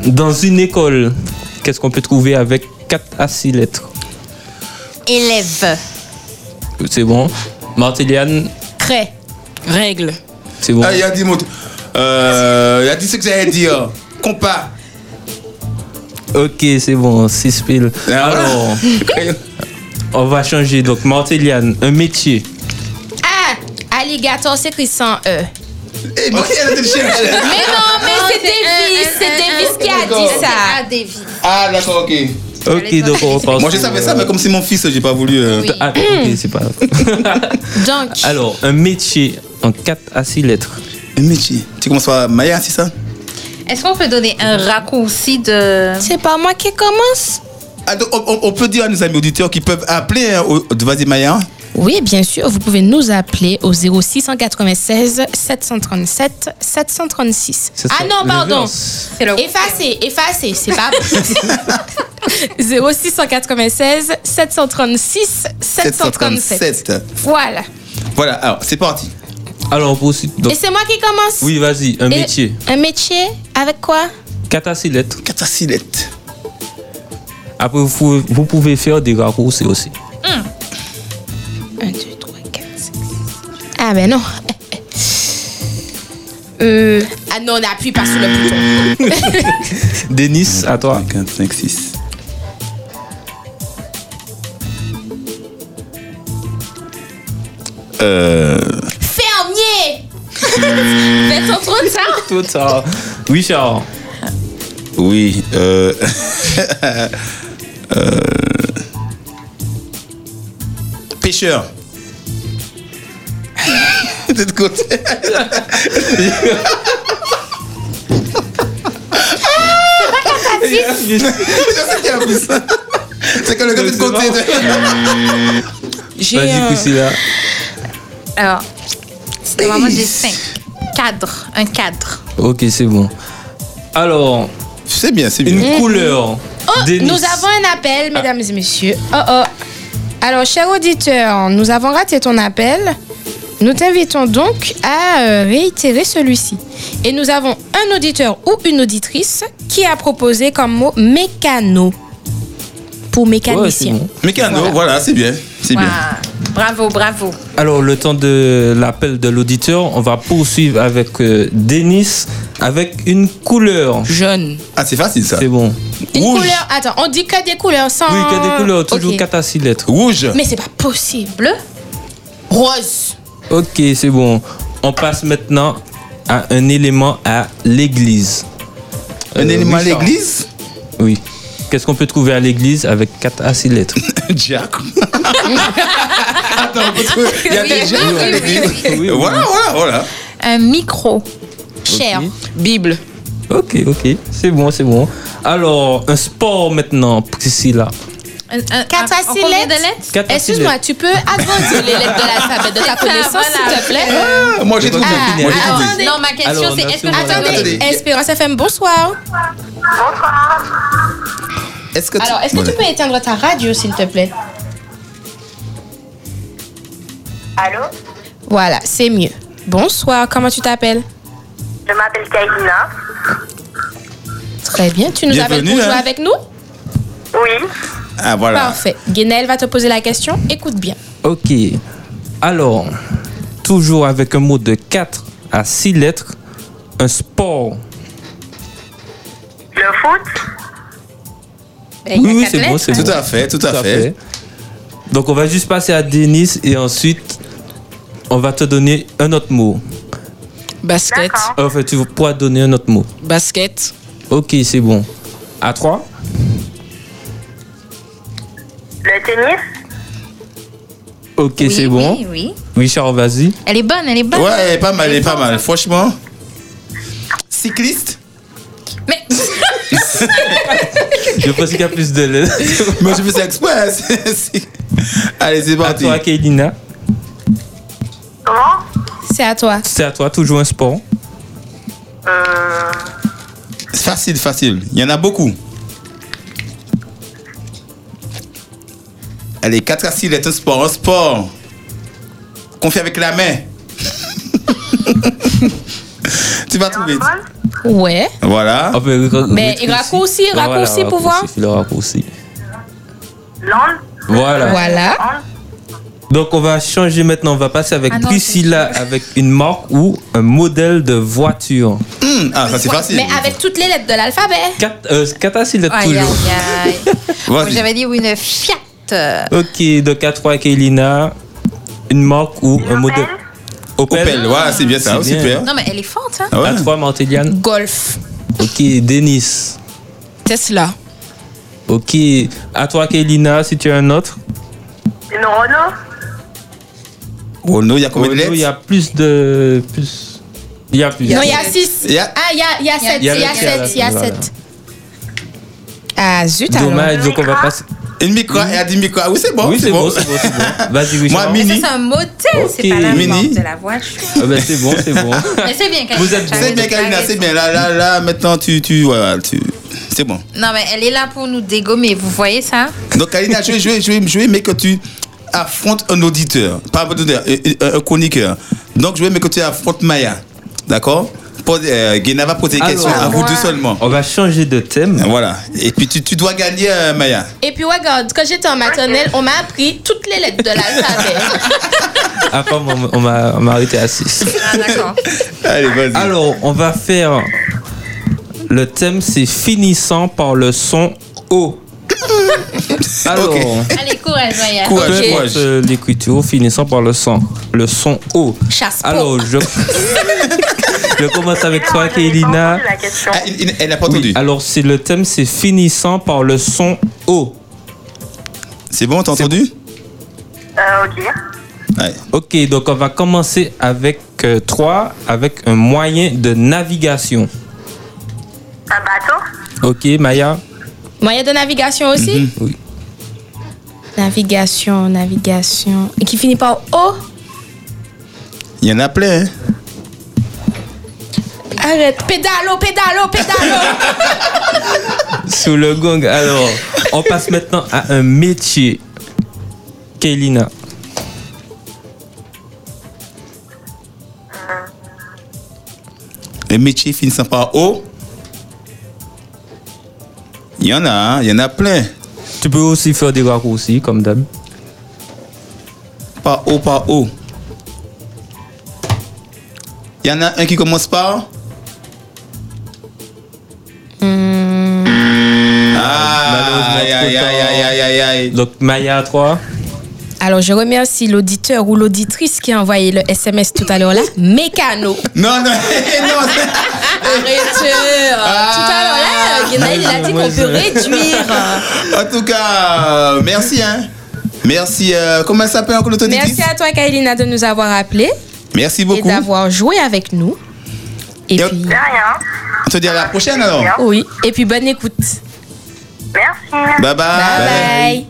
dans une école, qu'est-ce qu'on peut trouver avec 4 à 6 lettres Élève. C'est bon. Marteliane, Craie. Règle. Euh, c'est bon. Ah, il a dit mon. Euh, il a dit ce que j'allais dire. Compas. Ok, c'est bon. 6 piles. Ah, voilà. Alors, Eh, on va changer. Donc, Marteliane, un métier. Ah, alligator, c'est écrit sans E. Eh, mais elle a dit le chien. Mais non, mais c'est Davis. un, C'est un, Davis qui a D'accord. dit ça. Ah, Davis. Ah, d'accord, ok. Ok, donc on repasse. Moi, je savais ça, mais comme c'est mon fils, j'ai pas voulu. euh, Oui. Ah, ok, c'est pas grave. Donc, Alors, un métier en 4 à 6 lettres. Un métier. Tu commences par Maya, c'est ça Est-ce qu'on peut donner un raccourci de. C'est pas moi qui commence Ah, donc, on, on- on peut dire à nos amis auditeurs qui peuvent appeler. hein, au- Vas-y, Maya. hein, Oui, bien sûr, vous pouvez nous appeler au 0696 737 736. Ce Ah sera non, pardon. l'inverse. C'est Eh le- Effacez, effacez, c'est pas 0696 736 737. 737. Voilà. Voilà, alors c'est parti. Alors, pour aussi. donc- Et c'est moi qui commence oui, vas-y, un Et- métier. Un métier Avec quoi Quatre à six lettres. Catacilette. Après, vous pouvez, vous pouvez faire des raccourcis aussi. 1, 2, 3, 4, 5, 6. Ah ben non. Euh, ah non, on n'appuie pas sur le bouton. Denis, Mm. à toi. 4, 5, 6. Euh. Fermier Mais c'est trop tard Tout ça. Richard. Oui, euh. euh, Pêcheur. De l'autre côté. C'est comme le gars de l'autre côté. J'ai euh, Vas-y, un- Priscilla. Alors, c'est vraiment j'ai cinq. Cadre, un cadre. Ok, c'est bon. Alors, C'est bien, c'est une bien. Mm. couleur. Oh, Denis. Nous avons un Ah. appel, mesdames et messieurs. Oh oh. Alors, cher auditeur, nous avons raté ton appel. Nous t'invitons donc à euh, réitérer celui-ci. Et nous avons un auditeur ou une auditrice qui a proposé comme mot mécano pour Ouais, c'est mécanicien. bon. Mécano, voilà, c'est bien. Eh C'est bien. Waouh. Bravo, bravo. Alors, le temps de l'appel de l'auditeur, on va poursuivre avec euh, Denis avec une couleur. Jaune. Ah, c'est facile ça. C'est bon. Une Rouge. couleur. Attends, on dit que des couleurs sans. Oui, que des couleurs, toujours Ok. 4 à 6 lettres. Rouge. Mais c'est pas possible. Bleu Rose. Ok, c'est bon. On passe maintenant à un élément à l'église. Un Euh, élément à Richard. l'église. Oui. Qu'est-ce qu'on peut trouver à l'église avec 4 à 6 lettres Jack. Attends, parce que il y a des gens à l'église. Oui, oui. Voilà, voilà, voilà. Un micro. Cher. Bible. Ok, ok. C'est bon, c'est bon. Alors, un sport maintenant, Priscilla. Un, un, Quatre un- à en six combien de lettres lettres Ah, Quatre à six Excuse-moi, lettres. tu peux agrandir les lettres de l'alphabet de ta connaissance, voilà. s'il te plaît Ah, moi j'ai trouvé. Ah, Moi j'ai alors- trouvé. Non, ma question Alors, c'est est-ce merci, que je peux madame. donner- Attendez. Espérance FM, bonsoir. Est-ce que Alors, est-ce que tu peux éteindre ta radio, s'il te plaît Allô Voilà, c'est mieux. Bonsoir, comment tu t'appelles Je m'appelle Kailina. Très bien, tu nous appelles Bienvenue, pour jouer hein. avec nous Oui. Ah voilà. Parfait. Guénel va te poser la question, écoute bien. Ok. Alors, toujours avec un mot de 4 à 6 lettres, un sport. Le foot Ben, il y a Oui, oui, quatre c'est bon, lettres. c'est bon. Tout à fait, tout à fait. Donc, on va juste passer à Denis et ensuite, on va te donner un autre mot. Basket. D'accord. Enfin, tu pourras donner un autre mot. Basket. Ok, c'est bon. À 3 Le tennis Ok, Oui, c'est bon. Oui, oui. Richard, vas-y. Elle est bonne, elle est bonne. Ouais, elle est pas mal, elle est pas mal. Franchement. Cycliste Mais Je pense qu'il y a plus de lettres. Moi je fais ça exprès. c'est- c'est- Allez, c'est À parti. toi, Kaylina. Comment C'est à toi. C'est à toi, toujours un sport. euh, C'est Facile, facile. Il y en a beaucoup. Allez, 4 à 6 lettres, un sport, un sport. Qu'on fait avec la main. tu vas trouver. handball Ouais. Voilà. On peut rac- Mais il raccourcit, raccourci pour voir. raccourci, Le raccourci. L'hand Ah. Voilà. Voilà. hand- Donc on va changer maintenant, on va passer avec Ah non, Priscilla avec une marque ou un modèle de voiture. Hum, ah, ça c'est facile. Mais avec toutes les lettres de l'alphabet. 4 euh, quatre à six lettres aïe aïe toujours. aïe. Moi, Vas-y. J'avais dit oui, une Fiat. Euh, Ok, donc à 3 Kaylina, une marque ou un modèle. Opel. Opel, voilà, c'est bien ça. C'est bien. Super. Non mais elle est forte hein. Ah ouais. À 3 Marteliane. Golf. Ok, Denis. Tesla. Ok, à 3 Kaylina, si tu as un autre. Une Renault Renault, il y a combien de Renaud, lettres Il y a plus de... Plus... Il y a plus. Non, il y a 6. Il y a- Ah, il y a- il y a 7. Il y a Il y a le tiers, 7. Il y a voilà. 7. Ah, zut, alors. Dommage, donc on va passer. Une micro, elle a dit micro. Ah Oui, c'est bon. oui, c'est bon, c'est bon, c'est bon. Vas-y, Richard. Moi, mini. C'est un motel, c'est Ok, pas la mini. porte de la voiture. Ah ben, c'est bon, c'est bon. Mais c'est bien, Kalina. Vous êtes- tu as C'est raison, bien, tu as Kalina, raison. c'est bien. Là, là, là, maintenant, tu. tu, voilà, tu... C'est bon. Non, mais elle est là pour nous dégommer, vous voyez ça hein? Donc, Kalina, je vais, je, vais, je, vais, je vais, mais que tu affrontes un auditeur. Pas un auditeur, euh, un, un- un chroniqueur. Donc, je vais, mais que tu affrontes Maya. D'accord Pose- euh, Guéna va poser des Alors, questions à vous deux seulement. On va changer de thème. Voilà. Et puis, tu, tu dois gagner, euh, Maya. Et puis, regarde, quand j'étais en maternelle, on m'a appris toutes les lettres de l'alphabet. Après, on, on m'a on m'a arrêté à 6. Ah, d'accord. Allez, vas-y. Alors, on va faire. Le thème, c'est finissant par le son O. Alors, Ok. Allez, courage, Maya. peu courage, importe, courage. euh, l'écriture finissant par le son. Le son O. Chasse Alors, je. je commence avec toi, Kélina. La question. Ah, il- il- elle n'a pas Oui, entendu. alors, c'est le thème, c'est finissant par le son O. C'est bon, t'as entendu Euh, ok. Ouais. Ok, donc on va commencer avec 3, avec un moyen de navigation. Un bateau. Ok, Maya Moyen de navigation aussi Mhm, Oui. Navigation, navigation. Et qui finit par O Il y en a plein. hein. Arrête. Pédalo, pédalo, pédalo. Sous le gong, alors, on passe maintenant à un métier. Kélina. Les métiers finissant par O. Il y en a, hein, il y en a plein. Tu peux aussi faire des raccourcis, comme d'hab. Par O, par O. Il y en a un qui commence par. Hmm. Ah, aïe, aïe, aïe, aïe, aïe, aïe, aïe. Donc, Maya 3. Alors, je remercie l'auditeur ou l'auditrice qui a envoyé le SMS tout à l'heure là. Mécano. Non, non, non. Arrête. Tout à l'heure, Ah. là, Guénaël, il a dit qu'on peut réduire. En tout cas, euh, merci, hein. Merci. euh, comment elle s'appelle encore l'autonomie Merci à toi, Kailina, de nous avoir appelés Merci et beaucoup. d'avoir joué avec nous. Et Et- puis, De rien. On te dit à la prochaine alors. oui. Et puis, bonne écoute. Merci. Bye bye. Bye.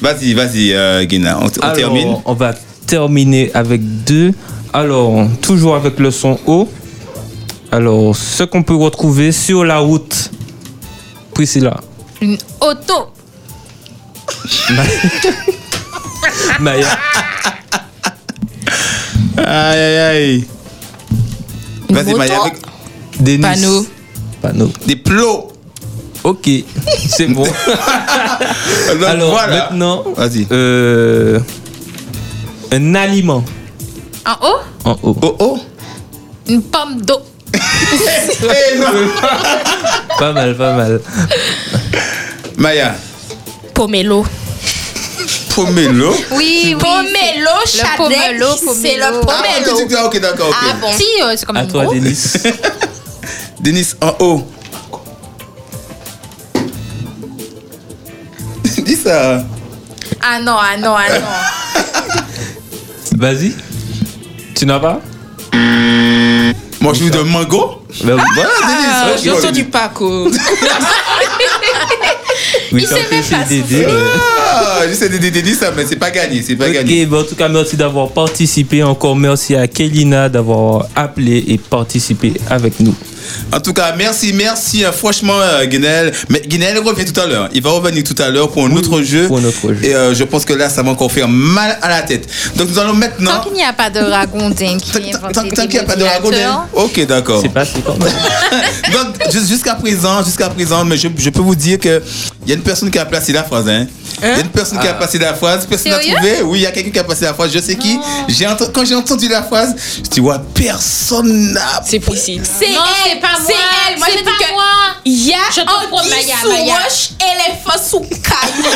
Vas-y, vas-y, euh, Guina, on, on Alors, termine. on va terminer avec deux. Alors, toujours avec le son O. Alors, ce qu'on peut retrouver sur la route. Priscilla. Une auto. Maya. Aïe, aïe, aïe. Vas-y, moto. Maya, avec Denis. Panneau. Panneau. des plots. Ok, c'est bon. Donc, Alors voilà. maintenant, Vas-y. euh, un aliment En haut, en haut. Oh, oh. une pomme d'eau. Eh, non. Pas mal, pas mal. Maya, Pomelo. pomelo. Oui, oui. c'est- Pomelo, Chadec, pomelo, c'est le Ah, ok, pomelo. pomelo. tu- ah, ok, d'accord, ok. Ah bon. Si, euh, c'est quand À même toi, gros. Denis. Denis, en haut. Dis ça. Ah non, ah non, ah non. Vas-y. Tu n'as pas Moi, je vous donne mango. Ben oui. Voilà, Denis. Ah, Euh, Ouais, j'ai tu vois, entendu Paco. Oui, Il t'as sait fait même chez pas Dédé, souffler. ouais. Ah, je sais Denis, Denis, ça, mais c'est pas gagné, c'est pas gagné. Ok, bon, en tout cas, merci d'avoir participé. Encore merci à Kelina d'avoir appelé et participé avec nous. En tout cas, merci, merci. euh, Franchement, euh, Guinel. Mais Guinel revient tout à l'heure. Il va revenir tout à l'heure pour un autre jeu. pour un autre jeu. Et euh, je pense que là, ça va encore faire mal à la tête. Donc nous allons Tant maintenant. qu'il n'y a pas de ragondin qui Tant- invente tant- des Tant qu'il n'y a pas de démodulateurs, dragon. Ok, d'accord. C'est passé quand même. Oh, Donc jus- jusqu'à présent, jusqu'à présent, mais je, je peux vous dire que il y a une personne qui a placé la phrase. hein. Il y a une personne qui a placé la phrase, personne n'a Sérieux trouvé. Oui, il y a quelqu'un qui a placé la phrase. Je sais qui. J'ai ent- quand j'ai entendu la phrase, je dis ouais, personne n'a C'est Priscille. C'est Non, c'est C'est pas moi. C'est elle. Moi, c'est je dis pas que- moi. Il y a Je te promets, Oh, Maya, anguille sous Maya. roche, éléphant sous caille.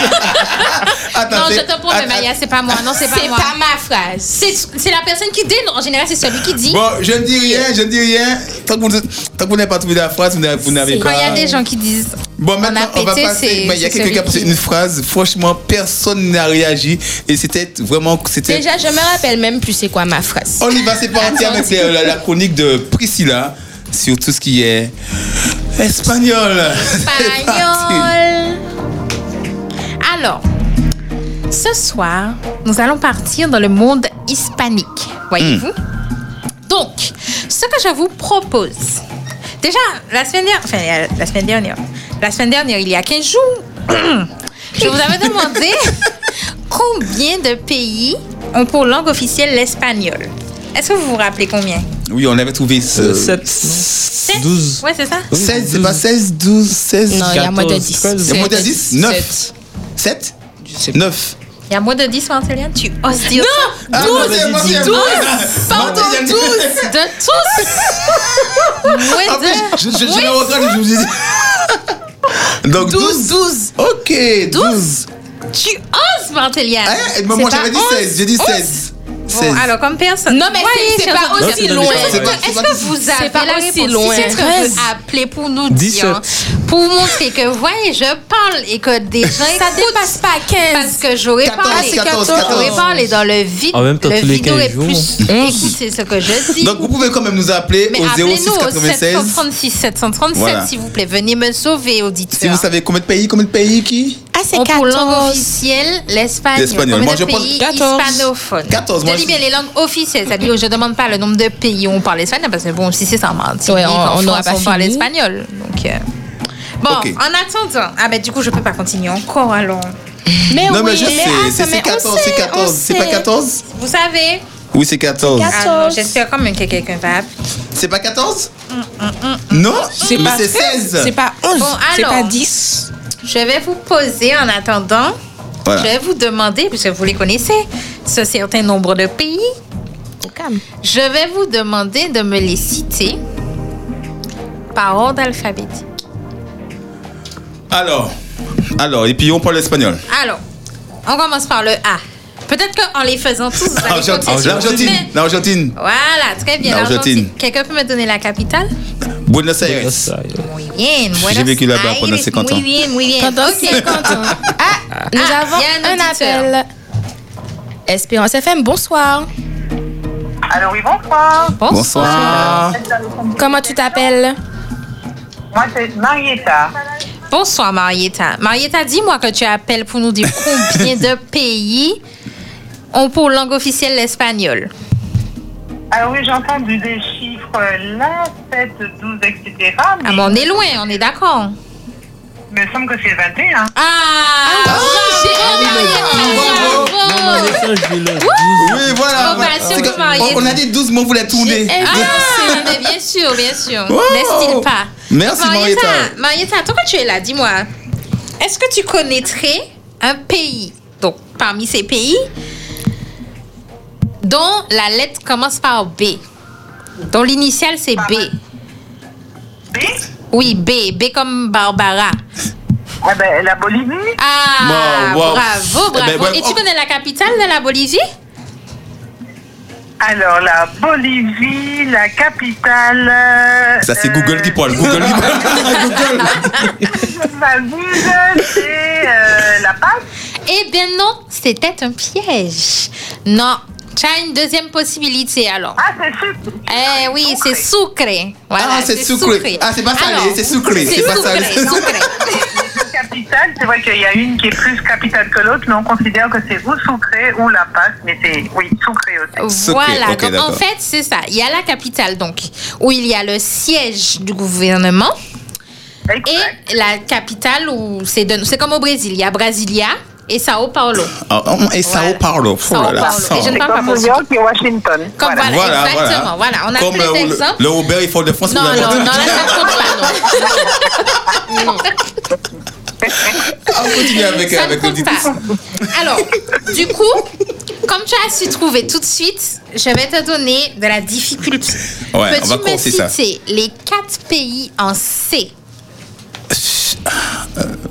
Attends, Non, c'est- je te promets, attends, Maya, c'est pas moi. Non, c'est pas C'est moi. pas ma phrase. C'est c'est la personne qui dit. non, En général, c'est celui qui dit. Bon, je ne dis rien, je ne dis rien. Tant que vous, tant que vous n'avez pas trouvé la phrase, vous n'avez- vous n'avez Quand Ah, pas. il y a des gens qui disent. Bon, maintenant, on a on, va pété, passer. c'est- mais Il y a c'est quelqu'un qui a celui posé qui- une phrase. Franchement, personne n'a réagi. Et c'était vraiment. C'était... Déjà, je me rappelle même plus c'est quoi ma phrase. On y va, c'est parti avec les- la, la chronique de Priscilla sur tout ce qui est espagnol. C'est parti. Espagnol. Alors, ce soir, nous allons partir dans le monde hispanique, voyez-vous. Donc, ce que je vous propose, déjà la semaine dernière, enfin euh, la semaine dernière, la semaine dernière, il y a 15 jours, je vous avais demandé combien de pays ont pour langue officielle l'espagnol. Est-ce que vous vous rappelez combien Oui, on avait trouvé ce- 7, 12. Ouais, c'est ça. 16, c'est pas 16, 12, 16. Non, il y a moins de 14, 10. Il 13. y a moins de 10 9. Sept. 7 Je sais pas. 9. Il y a moins de 10 Marcelien, tu oses dire ça Ah, non, c'est moi, c'est moi. Pardon, Non, mais- 12. de tous. En Moins plus, de. je, je, je le regrette, je vous dis. Donc 12. 12. Ok, 12. Tu oses, Martelia. Hein, et moi, moi, j'avais dit 16. J'ai dit 16. Bon, ah, 16. alors, comme personne. Non, mais Voyez, c'est- c'est chers pas auditeurs, aussi c'est dans loin. les C'est pas- c'est Est-ce pas que dix- vous C'est avez pas la aussi réponse loin. Hein? Si c'est ce que Treize. vous appelez pour nous Dix-sept. dire, pour montrer que, voyez, je parle et que des gens Ça écoutent dépasse pas parce 15. que j'aurais 14, parlé. 14, J'aurais 14. parlé dans le vide. En même temps, le tous les vide aurait 15 jours. plus écouté ce que je dis. Donc vous pouvez quand même nous appeler mais au appelez-nous 06 au 96. 736 737, Voilà. s'il vous plaît. Venez me sauver, auditeur. Si vous savez combien de pays, combien de pays qui Ah, c'est On pour langue 14. officielle, l'Espagne. L'Espagne. Combien Moi, de je pense pays 14. hispanophones 14, moi, Je dis je- bien les langues officielles, c'est-à-dire je ne demande pas le nombre de pays où on parle espagnol, parce que bon, si c'est ça, en Martinique, Ouais, on- en on France, n'aura pas on parle fini. espagnol. Donc, euh, Bon, Ok. en attendant, ah ben du coup, je peux pas continuer encore, alors. Mais Non mais oui, je sais, ah, ça, c'est- c'est mais on 14, c'est sait, 14, on c'est pas sait. 14 Vous savez, Oui, c'est 14. Ah non, 14. j'espère quand même que quelqu'un va appeler. C'est pas 14 Non, C'est mais pas c'est 16. 16. C'est pas 11. Bon, c'est alors. pas 10. Je vais vous poser, en attendant, Voilà. je vais vous demander, puisque vous les connaissez, ce certain nombre de pays, je vais vous demander de me les citer par ordre alphabétique. Alors, alors, et puis on parle espagnol. Alors, on commence par le A. Peut-être qu'en les faisant tous, vous allez Argentine, continuer. l'Argentine, Mais- l'Argentine, Voilà, très bien. L'Argentine. l'Argentine. Quelqu'un peut me donner la capitale Buenos Aires. Muy bien. J'ai vécu là-bas pendant 50 ans. Oui, bien, oui, bien. Pendant Ok. 50 ans. Ah, nous Ah, avons il y a un un auditeur. appel. Espérance FM, bonsoir. Alors oui, bonsoir. Bonsoir. Comment tu t'appelles Moi, c'est Marietta. Bonsoir, Marietta. Marietta, dis-moi que tu appelles pour nous dire combien de pays ont pour langue officielle l'espagnol. Alors oui, j'ai entendu des chiffres euh, là, 7, 12, etc. Ah, mais on est loin, on est d'accord. Il me semble que c'est 21. Ah, bravo, bravo. Oui, voilà. Oh, bah, si C'est vous que- mariez- on, on a dit 12 mots, vous la tournez. Ah, mais bien sûr, bien sûr. Oh. N'est-il pas Merci, Marietta, Marietta. Marietta, toi que tu es là, dis-moi, est-ce que tu connaîtrais un pays, donc parmi ces pays, dont la lettre commence par B, dont l'initiale c'est B. B Oui, B, B comme Barbara. Ah ben, la Bolivie. Ah, Wow, wow. bravo, Eh bravo. ben, ouais, Et tu oh. connais la capitale de la Bolivie Alors la Bolivie, la capitale. euh, Ça, c'est Google qui parle. Google qui parle. Google. La ville, c'est euh, La Paz. Eh bien non, c'était un piège. Non, tu as une deuxième possibilité alors. Ah, c'est sucre. Eh oui, c'est sucré. Voilà, Ah, c'est sucré. Ah, c'est pas salé, Alors, c'est sucré, C'est c'est pas sucré, salé. sucré. Capitale, c'est vrai qu'il y a une qui est plus capitale que l'autre, mais on considère que c'est ou sucré ou La Paz, mais c'est oui sucré aussi. Sucré, Voilà, ok, donc en d'accord. fait, c'est ça. Il y a la capitale, donc, où il y a le siège du gouvernement Exact. et la capitale où c'est de- c'est comme au Brésil, il y a Brasilia et Sao Paulo. Ah, oh, Et Sao Voilà. Paulo. Oh là Sao là, Paulo. Et je ne C'est parle pas comme New portugais. York et Washington. Comme voilà, exactement. Voilà, on a Comme tous les euh, le- exemples. le Robert, il faut de France. Non, vous non, l'avez non, entendu. là, ça ne compte pas, non. Ah, On continue avec ça avec ne compte l'auditeur. pas. Alors, du coup, comme tu as su trouver tout de suite, je vais te donner de la difficulté. Ouais, on Peux-tu va me courser ça. citer les quatre pays en C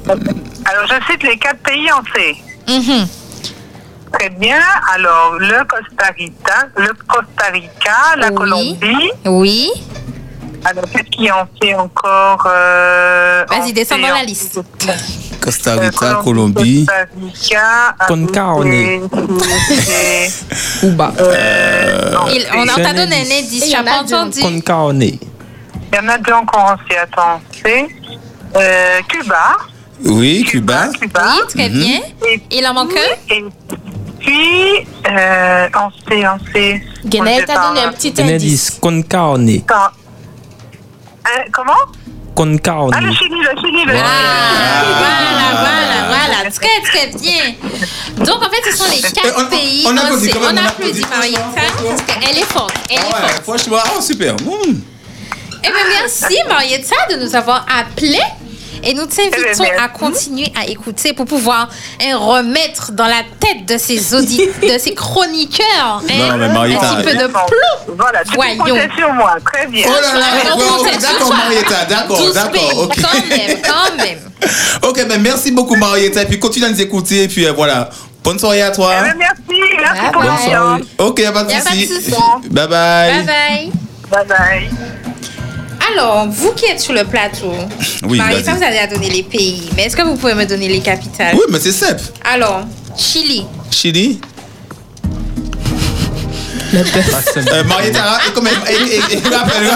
Alors, je cite les quatre pays en C. Mhm. Très bien. Alors, le Costa Rica, le Costa Rica la Oui. Colombie. Oui. Alors, qu'est-ce qui en fait encore euh, Vas-y, en descends C, dans en- la liste. Costa Rica, Colombie. Costa Rica, Con carne. Haïti, Cuba. Ah, Il- on C'est t'a un donné un indice, tu n'as pas entendu. Con carne. Il y en a deux encore en C, attends. C'est euh, Cuba. Oui, Cuba. Cuba. Oui, très Mhm. bien. Et Il en manque un Et puis, euh, on sait, on sait. Guenel On t'a donné sait hein. un petit Un indice. indice. Con carne. pas. Hein, comment Con Ah, le Mmh. carne. Chili, le Chili, le Chili. Ah, Voilà, voilà, voilà. Très, très bien. Donc, en fait, ce sont les Eh, quatre on- pays. on applaudit sait. quand même, On on applaudit applaudit. Marietta parce qu'elle est forte. Elle est Ah forte. ouais, franchement, oh, super. Mmh. Eh bien, merci Marietta de nous avoir appelés. Et nous t'invitons Eh bien, à continuer à écouter pour pouvoir hein, remettre dans la tête de ces auditeurs, de ces chroniqueurs, hein, Non, mais un Marietta. petit peu de Bon, Voilà, tu Voyons. peux compter sur moi. Très bien. Oh là là, Ah, ouais, on ouais, comptait sur d'accord, toi. Marietta, d'accord, Douze pays, d'accord, ok. quand même, quand même. Ok, ben merci beaucoup, Marietta. Et puis continue à nous écouter. Et puis euh, voilà. Bonne soirée à toi. Eh bien, Merci, merci Ah, Bye pour bah, ah, bye. l'ambiance. Ok, y a pas de Y a pas de souci. souci. Bye bye. Bye bye. bah, Bye bye. Alors, vous qui êtes sur le plateau, Oui, Marietta, vas-y. vous allez à donner les pays, mais est-ce que vous pouvez me donner les capitales Oui, mais c'est simple. Alors, Chili, Chili. Pas simple. Euh, Marietta, et comme elle. Et, et, et, rappelle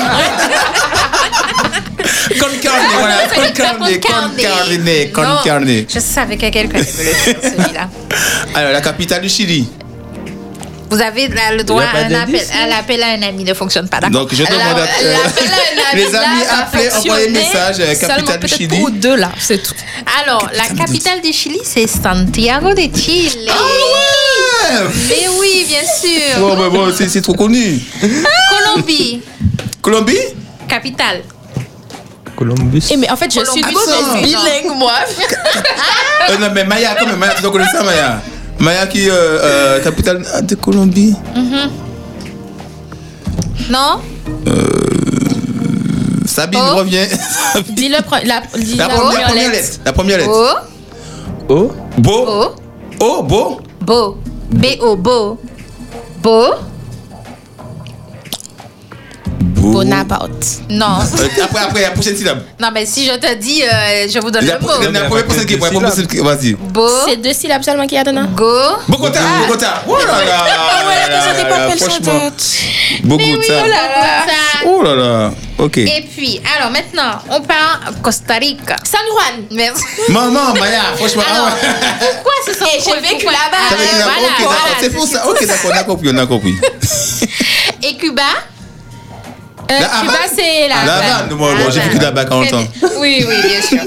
Con carne, voilà. Con carne, con carne, con Non, carne. Je savais que quelqu'un allait me le faire, celui-là. Alors, la capitale du Chili. Vous avez la- le droit Il y a pas à un appel. d'indice, À l'appel à un ami ne fonctionne pas, d'accord Donc, je La- demande à. euh, l'appel à un ami, les là, amis, ça appelez, fonctionne. envoyez le message. euh, Seulement Capitale du peut-être Chili. pour deux là, c'est tout. Alors, la capitale du Chili, c'est Santiago de Chile. Ouais. Mais oui, bien sûr. Ah Bon, ben bon, c'est c'est trop connu. Colombie, Colombie capitale. Columbus. Eh, mais en fait, je suis Ah. une mauvaise bilingue, moi. Euh, Non, mais Maya, quand même, Maya, tu dois connaître ça, Maya. Maya qui est euh, euh, capitale ah, de Colombie. Non Sabine, Oh. revient. Dis le pre- la, dis La première, première lettre. La première lettre. Beau, Oh. Beau. beau, Oh, beau. beau. B-O, beau. Beau Beau. Bonaparte. Non. Euh, Après, après, la prochaine syllabe. Non, mais si je te dis, euh, je vous donne La le pro- la mot. Mais première après, prochaine qui deux la première prochaine qui- Vas-y. Beau, C'est deux syllabes seulement qu'il y a dedans. go. Ah. Bogota, Bogota. Oh là là. Ah ouais, là déjà, t'es là pas là, belle Franchement. chantante. Bogota. Ça. Oh là là. Ok. Oh Et puis, alors maintenant, on part à Costa Rica. San Juan. Merci. Maman, Maya, franchement. ah ouais. Pourquoi ce sont Eh, j'ai pourquoi- vécu pourquoi- là-bas. Ah, Ça veut dire- voilà, ok, d'accord, voilà, c'est pour ça. Ok, d'accord, on a compris, on a compris. Et Cuba Euh, La Havane. Cuba, c'est la. La Havane. Havane, moi, moi, j'ai vécu là-bas 40 ans. Oui, oui, bien sûr.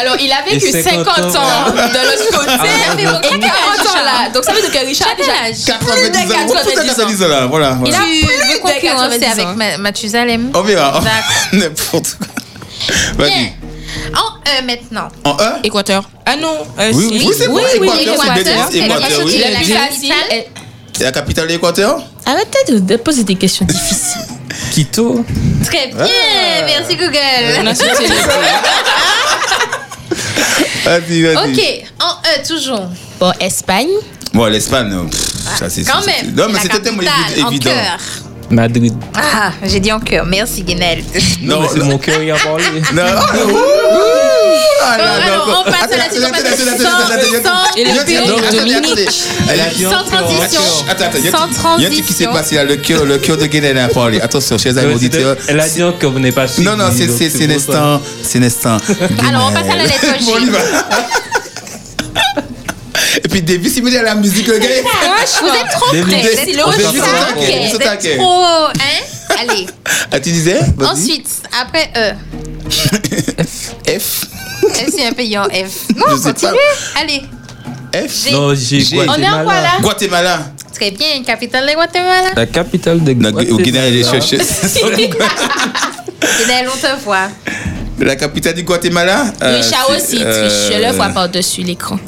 Alors, il a vécu Et 50 ans cinquante ans. de l'autre Ah, côté mais bon, et 40 ans là. Donc, ça veut dire que Richard a déjà Quel âge 90 ans. Plus de On peut 90 ans là, voilà. voilà. Tu veux plus de concurrencer 90 avec ans. Ma- Mathusalem On verra. D'accord. N'importe quoi. Bien. Vas-y. En E maintenant. En un Équateur. Ah non. euh, Oui, si. oui, c'est bon. oui, Équateur, c'est Équateur, Bédès, c'est Équateur, la oui. capitale. plus facile. capitale. La capitale de l'Équateur Arrêtez de poser des Euh, questions difficiles. Quito. Très bien, Ah. merci Google. Non, c'était le- Vas-y, vas-y. Ok, en E toujours. Bon, Espagne. Bon, l'Espagne, pff, ça c'est. Quand c'est- même. Non, mais la c'était tellement capitale, évi- évident. En cœur. Madrid. Ah, j'ai dit en cœur. Merci Guinel. Non, mais Non, c'est non. mon cœur qui a parlé. Non. Ah, Bon, non, non, alors, non. on passe à la Attends, suite, on attends, passe attends, à- attends, sans- attends, attends, sans- attends, et le attends, pays attends, attends, Dominique. attends. Elle a dit- Sans transition. Attends, attends, il y a- Sans Il y a un truc qui s'est transition. passé là, le cœur, le cœur de Guédène a parlé. Attention, chers amis auditeurs. Elle a dit que vous n'êtes pas suivi. Non, non, c'est donc c'est- c'est pour ça. l'instant. C'est l'instant. Alors, on passe à la lettre G. Bon, on y va. Et puis Davis, il me dit à la musique, le gars. Vous êtes trop Des près. vidéos. Vous êtes Des trop vidéos. près. Des vidéos. Des Vous vidéos. êtes trop. Hein Allez. Ah, tu disais Vas-y. Ensuite, après E. F. Euh, C'est un pays en F. Non, Je sais continue. Allez. F. G. Non, j'ai J'ai- On est en Guatemala. quoi, là Guatemala. Très bien. Capitale de Guatemala. La capitale de La Gu- Au Guinée, Guatemala. elle est cherchée. Guinel, on te voit. La capitale du Guatemala euh, Richard c'est, aussi, euh, triche. Je le vois par-dessus l'écran.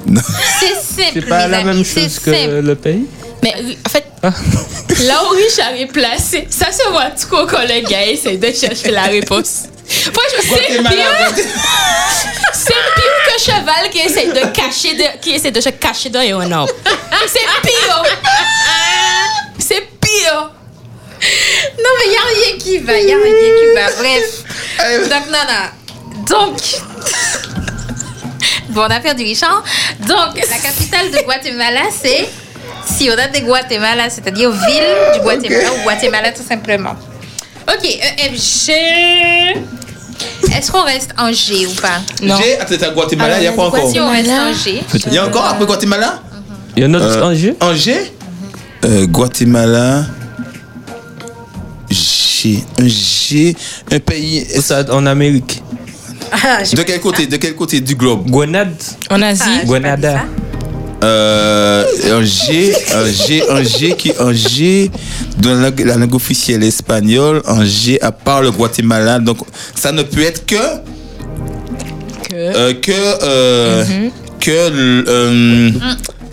C'est simple. C'est pas les la amis, même c'est chose que simple. le pays Mais en fait, Ah. là où Richard est placé, ça se voit trop quand le gars essaie de chercher la réponse. Moi, je c'est Guatemala, pire. C'est pire que cheval qui essaie de cacher de, qui essaie de se cacher derrière un arbre. C'est pire. C'est pire. Non, mais y a rien qui va, y a rien qui va. Bref. Donc, Nana. Donc. Bon, on a perdu Richard. Donc, la capitale de Guatemala, c'est Ciudad de Guatemala, c'est-à-dire ville du Guatemala ou Guatemala tout simplement. Ok, EFG. Est-ce qu'on reste en G ou pas Non. J'ai attends, t'es à Guatemala, il Ah, n'y a pas encore. Si on reste en G. Il y a encore après Guatemala Il y en a d'autres Euh, en jeu Angers Euh, Guatemala. G. Un G. Un pays. Ça, en Amérique. De quel côté De quel côté du globe Grenade. En Asie, Ah, Ah, Grenada. Euh, un G. Un G. Un G qui. Un G. Dans la, la langue officielle espagnole, un G à part le Guatemala. Donc, ça ne peut être que. Que- euh, que. euh, Que. l- euh,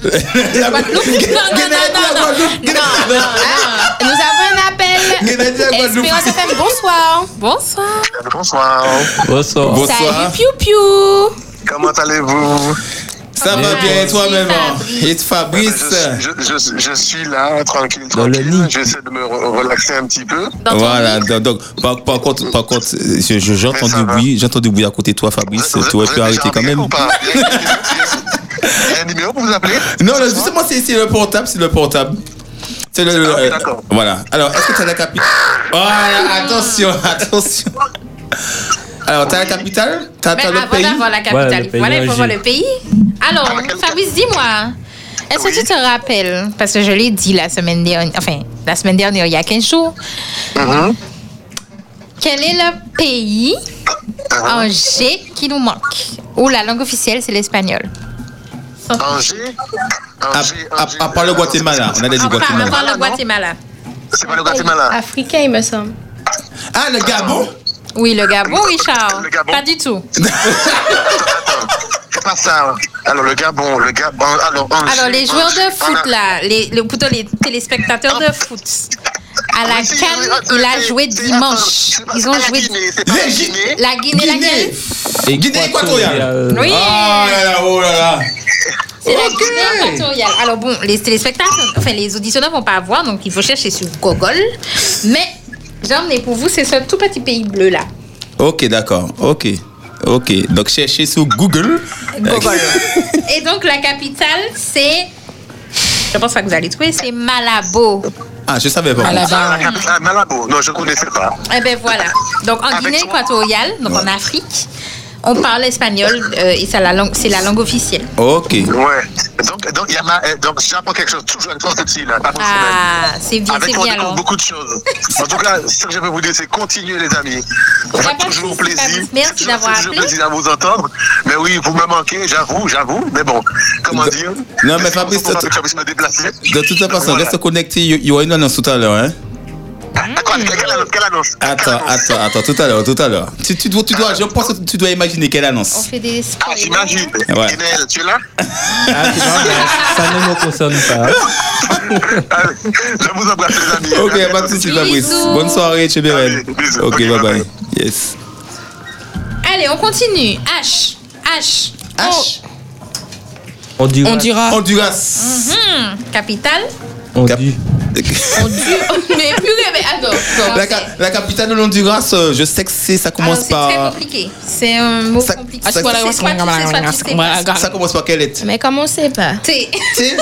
la- Guinée-Bissau, Guadeloupe, Guinée-Bissau. Ah, Nous avons un appel. Guinée-Bissau, Guadeloupe. Espérance FM, bonsoir. Bonsoir. Euh, Bonsoir. Bonsoir. Bonsoir. Salut, piou piou. Comment allez-vous Ça va bien et toi-même hein Fabrice. Et Fabrice je, je- je suis là, tranquille, Dans le tranquille. lit. J'essaie de me re- relaxer un petit peu. Dans ton voilà, livre. donc, donc, par, par contre, par contre, euh, je- je- j'entends Mais ça du va. bruit, j'entends du bruit à côté de toi, Fabrice. Vous- Tu vous- aurais vous pu êtes arrêter déjà quand en même. ou pas Il y a un numéro- il y a un numéro pour vous appeler Non, non, justement, c'est c'est le portable, c'est le portable. C'est le. Ah, ok, euh, d'accord. voilà. Alors, est-ce que tu as la capitale Voilà, attention, attention. Alors, tu as la capitale Tu as, Mais le Ben, avant pays d'avoir la Ouais, capitale, le pays ah, voilà, il faut en voir G. le pays. Alors, Ah, laquelle- Fabrice, dis-moi, est-ce que Oui. tu te rappelles, parce que je l'ai dit la semaine dernière, enfin, la semaine dernière, il y a 15 jours, Uh-huh. Mhm. quel est le pays Uh-huh. en G qui nous manque Où la langue officielle, c'est l'espagnol. Angers À, Angers, Angers. à- à part le Guatemala, on a dit À part à Guatemala. part le Guatemala. C'est pas le Guatemala. Africain, il me semble. Ah, le Gabon Oui, le Gabon, Richard. Ah Le Gabon. Pas du tout. C'est pas ça. Alors, le Gabon, le Gabon. Alors, Angers, Alors, les joueurs de Angers, foot, on a- là, les, le- plutôt les téléspectateurs de foot, à la Ah Oui, si, oui, Cannes, oui, il a c'est- joué c'est- dimanche. attends, c'est pas- Ils c'est ont pas la joué. Guinée, c'est pas la Les Gi- Guinée. La Guinée, la Guinée. Guinée équatoriale. Oui. Oh là là, oh là là C'est la Ok. Guinée équatoriale. Alors bon, les téléspectateurs, enfin les auditionneurs vont pas avoir, donc il faut chercher sur Google. Mais j'ai emmené pour vous, c'est ce tout petit pays bleu là. Ok, d'accord, ok. Ok, donc cherchez sur Google. Google. Et donc la capitale, c'est, je pense pas que vous allez trouver, c'est Malabo. Ah, je savais pas. à la Ah, la barre. capitale, Malabo. Non, je connaissais pas. Eh ben voilà. Donc en Avec Guinée son- équatoriale, donc en Afrique, on parle espagnol euh, et ça la langue, c'est la langue officielle. Ok. Ouais. Donc, donc, il y a ma- euh, donc j'apprends quelque chose. Toujours avec toi, Cécile. hein, pas pour semaine. Ah, c'est bien, Avec c'est toi, on bien découvre alors. beaucoup de choses. En tout cas, ce que je peux vous dire, c'est continuer, les amis. Ça pas fait de toujours souci, plaisir. Fabrice. Merci Toujours- d'avoir toujours appelé. plaisir à vous entendre. Mais oui, vous me manquez, j'avoue, j'avoue. Mais bon, comment Non, dire mais Fabrice, Je t'as- puisse me déplacer. De toute façon, Voilà. reste connecté. Il y- il y aura une annonce tout à l'heure. Hein? Ah, quoi, Quelle annonce Quelle annonce Ah, Attends, attends, attends, tout à l'heure, tout à l'heure. Tu, tu dois, tu dois, je pense que tu dois imaginer quelle On annonce. fait des Ah, j'imagine. Ouais. Guinelle, tu es là Ah, c'est pas grave, ça ne me concerne pas. Allez, Je vous embrasse, les amis. Ok, À pas de bientôt. soucis, Fabrice. Bisous. Bonne soirée, chez Beren. Allez, bisous. Ok, Ok, bye bye. bye-bye. Yes. Allez, on continue. H. H. H. On dit. on dira Honduras. Capitale. On dit. Mais purée, mais attends. attends. La, ca- la capitale de l'Honduras, euh, je sais que c'est, ça Alors, commence Ah, c'est très par. compliqué. C'est un mot Ça- compliqué. ça- C'est soit tu sais, soit tu sais pas. Ça commence par quelle lettre Mais comment c'est pas T. T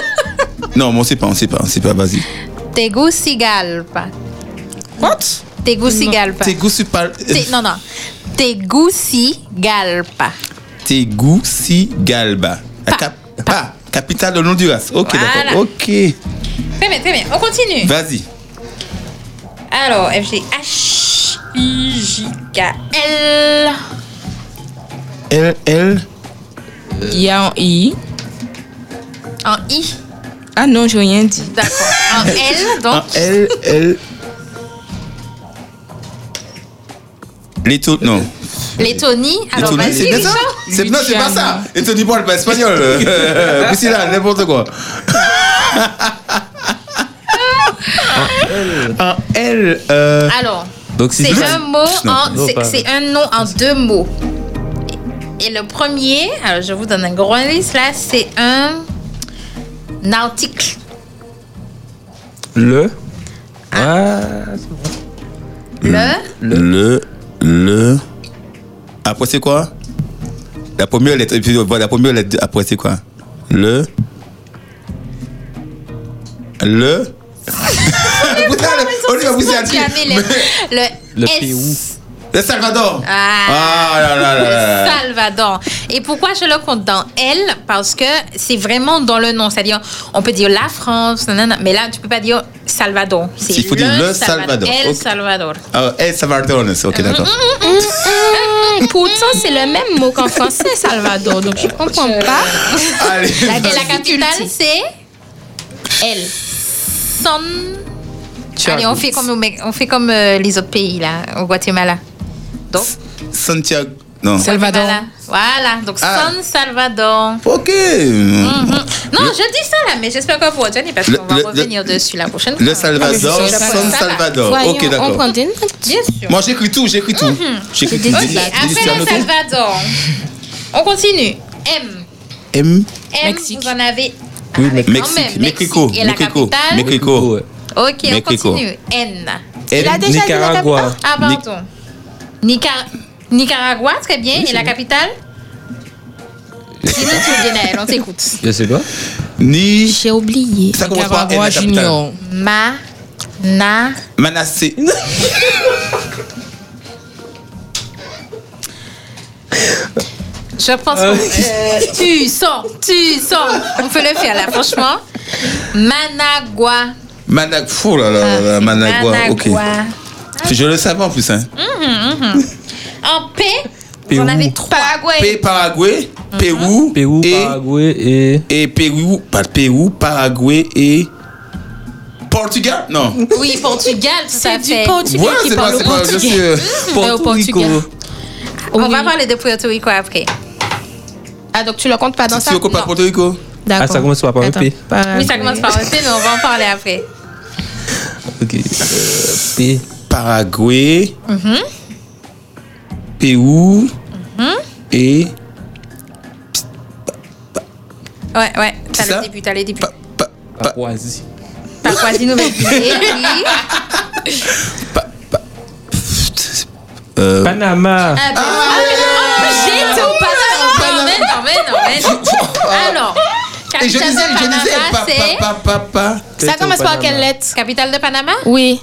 Non, mais on sait pas, on sait pas, on sait pas, vas-y. Tegucigalpa. What Tegucigalpa. Tegucigalpa. Te- Non, non. Tegucigalpa. Tegucigalpa. La cap- ah, capitale de l'Honduras. Ok, Voilà. d'accord. Ok. Très bien, très bien. On continue. Vas-y. Alors, F, G, H, I, J, K, L. L, L. il y a un I. En I. Ah non, j'ai rien dit. D'accord. En L, donc. L, L. Leto- non. Lettonie. Alors, Lettonie, vas-y, c'est bien ça Richard. C'est non, c'est pas Lituanie. ça. Lettonie parle pas espagnol. Euh, euh, Priscilla, n'importe quoi. L. Un L. euh, Alors, Donc si c'est je- un mot Non, en- non, c'est- pas- c'est un nom en deux mots. Et le premier, alors je vous donne un gros indice là, c'est un, un article. le. Ah, Le Le. Le. Après, c'est quoi La première lettre. et puis, voilà, La première lettre. Après, c'est quoi Le. Le. Vous allez- on y va, vous y Tu as mis allez. le, le, Le S. Pérou. Le Salvador. Ah, Ah là là là là. Le Salvador. Et pourquoi je le compte dans L Parce que c'est vraiment dans le nom. C'est-à-dire, on peut dire la France, nanana, mais là, tu peux pas dire Salvador. C'est Il faut dire le Salvador. El Ok. Salvador. Mm, Ah, El Salvador. c'est- Mm-hmm. Ok, d'accord. Hum, pourtant, c'est le même mot qu'en français, Salvador. Donc, je comprends pas. Allez. Et la capitale, c'est L. Son. Allez, on fait comme, au Mex- on fait comme euh, les autres pays, là, au Guatemala. Donc, Santiago. Non. Salvador. Guatemala. Voilà, donc Ah. Son Salvador. Ok. Mhm. Non, je dis ça là, mais j'espère qu'on vous retenez parce Le- qu'on va le- revenir dessus la prochaine fois. Le Salvador, Le San Salvador. Voyons, Ok, on d'accord. prend des notes. Bien sûr. Moi, j'écris tout, j'écris tout. J'écris tout. Mm-hmm. Ok, Dé- après délicieux. le Salvador, on continue. M. M. M, Mexique. vous en avez. Oui, Ah, mais quand même, Mexique. Mexico. Et la Mexico. capitale. Mexico. Ok, on Mexico. continue. N. Elle- déjà dit la Nicaragua. Ah, pardon. Nicar- Nicaragua, très bien. Et la capitale Dis-nous tout, Guénaël, on t'écoute. Je sais pas. Ni. J'ai oublié. Ça commence par N, Nicaragua la capitale. Junior. Ma. Na. Manassé. Je pense Euh. que tu sens, tu sens. On peut le faire là, franchement. Managua. Manag. Fou là là là, Euh, Managua. Ok. Managua. Je le savais en plus. Hein. En P, Pérou. vous en avez trois. P. Paraguay. Paraguay. Pérou. Ah. Pérou, et, Paraguay et. Et Pérou. Pas Pérou. Paraguay et. Portugal Non. Oui, Portugal, tout à C'est du fait. portugais Ouais, qui c'est pas. parle C'est pas. Je portugais. suis. euh, Au Portugal. On Oui. va parler de Puerto Rico après. Ah, donc tu le comptes pas dans ça Tu occupes à Porto Rico D'accord. Ah, ça commence par un Attends. P. Oui, ça commence par un P, mais on va en parler après. Ok. Euh, P. Paraguay. Pérou. Et. Ouais, ouais. C'est T'as ça le début, t'as le début. Pa- pa- pa- Papouasie. Papouasie-Nouvelle-Guinée, oui. euh, Panama. Ah, ben, J'ai tout pas non, mais non, mais non, mais non. Alors, Et je disais, capitale de je disais, Panama, pa- c'est... pa- pa- pa- pa- Ça commence par quelle lettre Capitale de Panama Oui.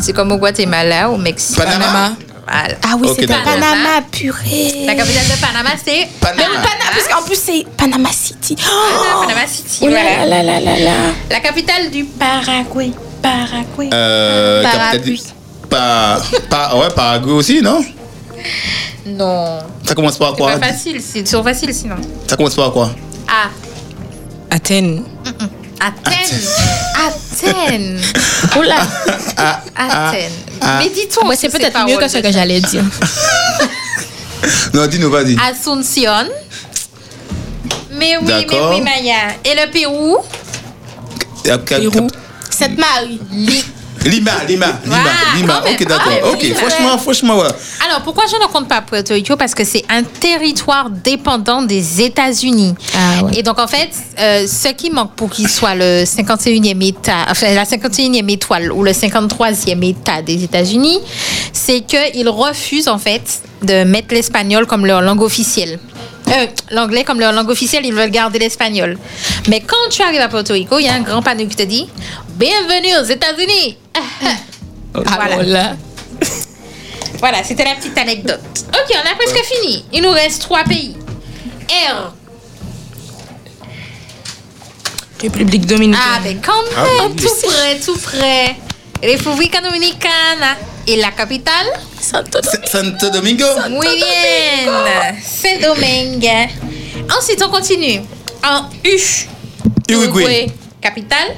C'est comme au Guatemala, au Mexique. Panama. Voilà. Ah oui, Ok, c'est d'accord. Panama, La purée. capitale de Panama, c'est Mais Panama. le Panama, Ah, parce qu'en plus, c'est Panama City. Ah. Panama, Oh Panama City. Oh là voilà. là là là là là. La capitale du Paraguay. Paraguay. Euh, Parapluie. capitale- Pa- pa- ouais, Paraguay aussi, non Non. Ça commence par C'est quoi pas facile, c'est trop facile sinon. Ça commence par quoi Ah, Athènes. Athènes. Athènes. Oh là. Ah, Athènes. Ah. Mais dis-toi. Moi, c'est peut-être mieux que ce que j'allais dire. Non, dis-nous, vas-y. Ah, Asunción. Mais oui, mais D'accord. oui, Maya. Et le Pérou Cap- cap- Pérou. cap- Cette Marie. Lima, Lima, Lima, Ah, Lima. quand même. Ok, d'accord. Ah, mais ok, Lima. franchement, franchement, ouais. Alors, pourquoi je ne compte pas Puerto Rico Parce que c'est un territoire dépendant des États-Unis. Ah ouais. Et donc, en fait, euh, ce qui manque pour qu'il soit le 51e État, enfin, la 51e étoile ou le 53e État des États-Unis, c'est qu'ils refusent, en fait, de mettre l'espagnol comme leur langue officielle. Euh, L'anglais comme leur langue officielle, ils veulent garder l'espagnol. Mais quand tu arrives à Puerto Rico, il y a un grand panneau qui te dit Bienvenue aux États-Unis Oh, Alors Ah, oh là, Voilà, c'était la petite anecdote. Ok, on a presque fini. Il nous reste trois pays. R. République dominicaine. Ah, ben quand même, tout près, tout près. République Dominicana. Et la capitale S- Santo Domingo Muy bien. C'est Domingue. Ensuite, on continue. En U. Uruguay. Capitale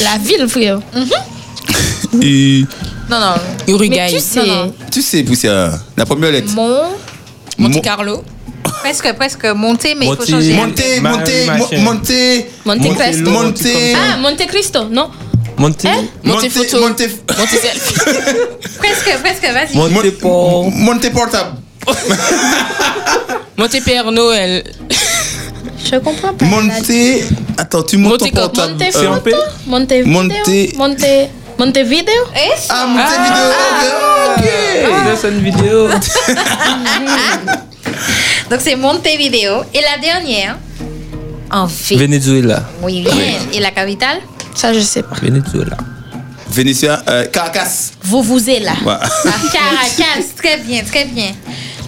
La ville, frère. Et Non, non. Uruguay. Tu sais. Tu sais, Poussia, la première lettre. Mon. Mon- Monte Carlo. Presque, presque monté, mais il faut Monté. changer. Montez, Ma- montez, ma mo- chaîne. montez, Monte Monte Cristo. Lo- montez, Ah, Monte Cristo, non Monté. Montez photo. montez, Montez selfie. Presque, presque, vas-y. Monté pour. montez portable, Montez Père Noël. Je comprends pas. montez. Attends, tu montes Montez ton quoi portable. Monte Euh, photo, monte Monte- vidéo, monte, monte vidéo. Eh, Ah, montez vidéo. ok. C'est une vidéo. Donc c'est Montevideo. Et la dernière, en fait. Venezuela. Muy bien. Et la capitale Ça, je sais pas. Venezuela. Vénitien, euh, Caracas. Vous vous êtes là. Voilà. Ah, Caracas. très bien, très bien.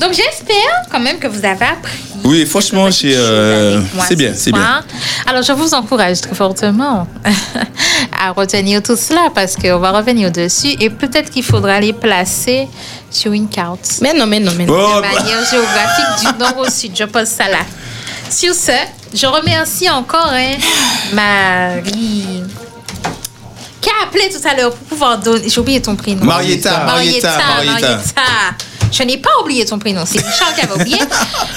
Donc j'espère quand même que vous avez appris. Oui, franchement, quelque j'ai, chose euh, avec moi c'est bien, ce c'est bien. soir. Alors je vous encourage très fortement à retenir tout cela parce qu'on va revenir dessus et peut-être qu'il faudra les placer sur une carte. Mais non, mais non, mais non. Oh, de manière géographique du nord au sud. Je pose ça là. Sur ce, je remercie encore hein, Marie. Qui a appelé tout à l'heure pour pouvoir donner. J'ai oublié ton prénom. Marietta, Marietta, Marietta. Je n'ai pas oublié ton prénom, c'est Richard qui avait oublié.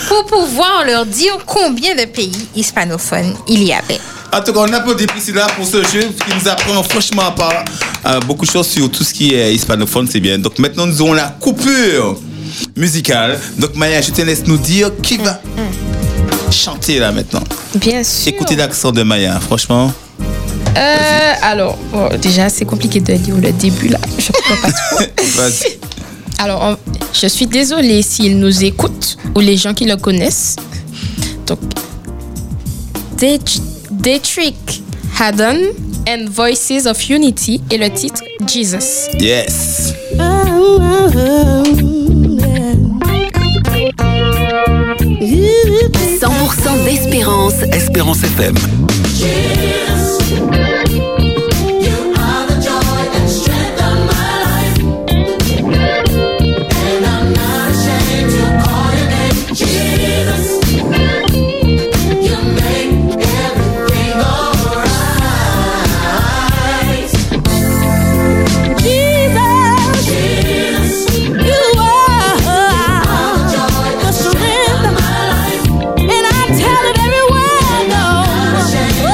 pour pouvoir leur dire combien de pays hispanophones il y avait. En tout cas, on applaudit Priscilla pour ce jeu qui nous apprend franchement à part euh, beaucoup de choses sur tout ce qui est hispanophone, c'est bien. Donc maintenant, nous aurons la coupure musicale. Donc Maya, je te laisse nous dire qui va Mm, chanter là maintenant. Bien sûr. Écoutez l'accent de Maya, franchement. Euh, alors, bon, déjà, c'est compliqué de lire le début là. Je comprends pas trop. Vas-y. Alors, on- je suis désolée s'ils nous écoutent ou les gens qui le connaissent. Donc, Det- Detrick Haddon and Voices of Unity et le titre Jesus. yes. Espérance FM. And I tell it everywhere, no. Whoa.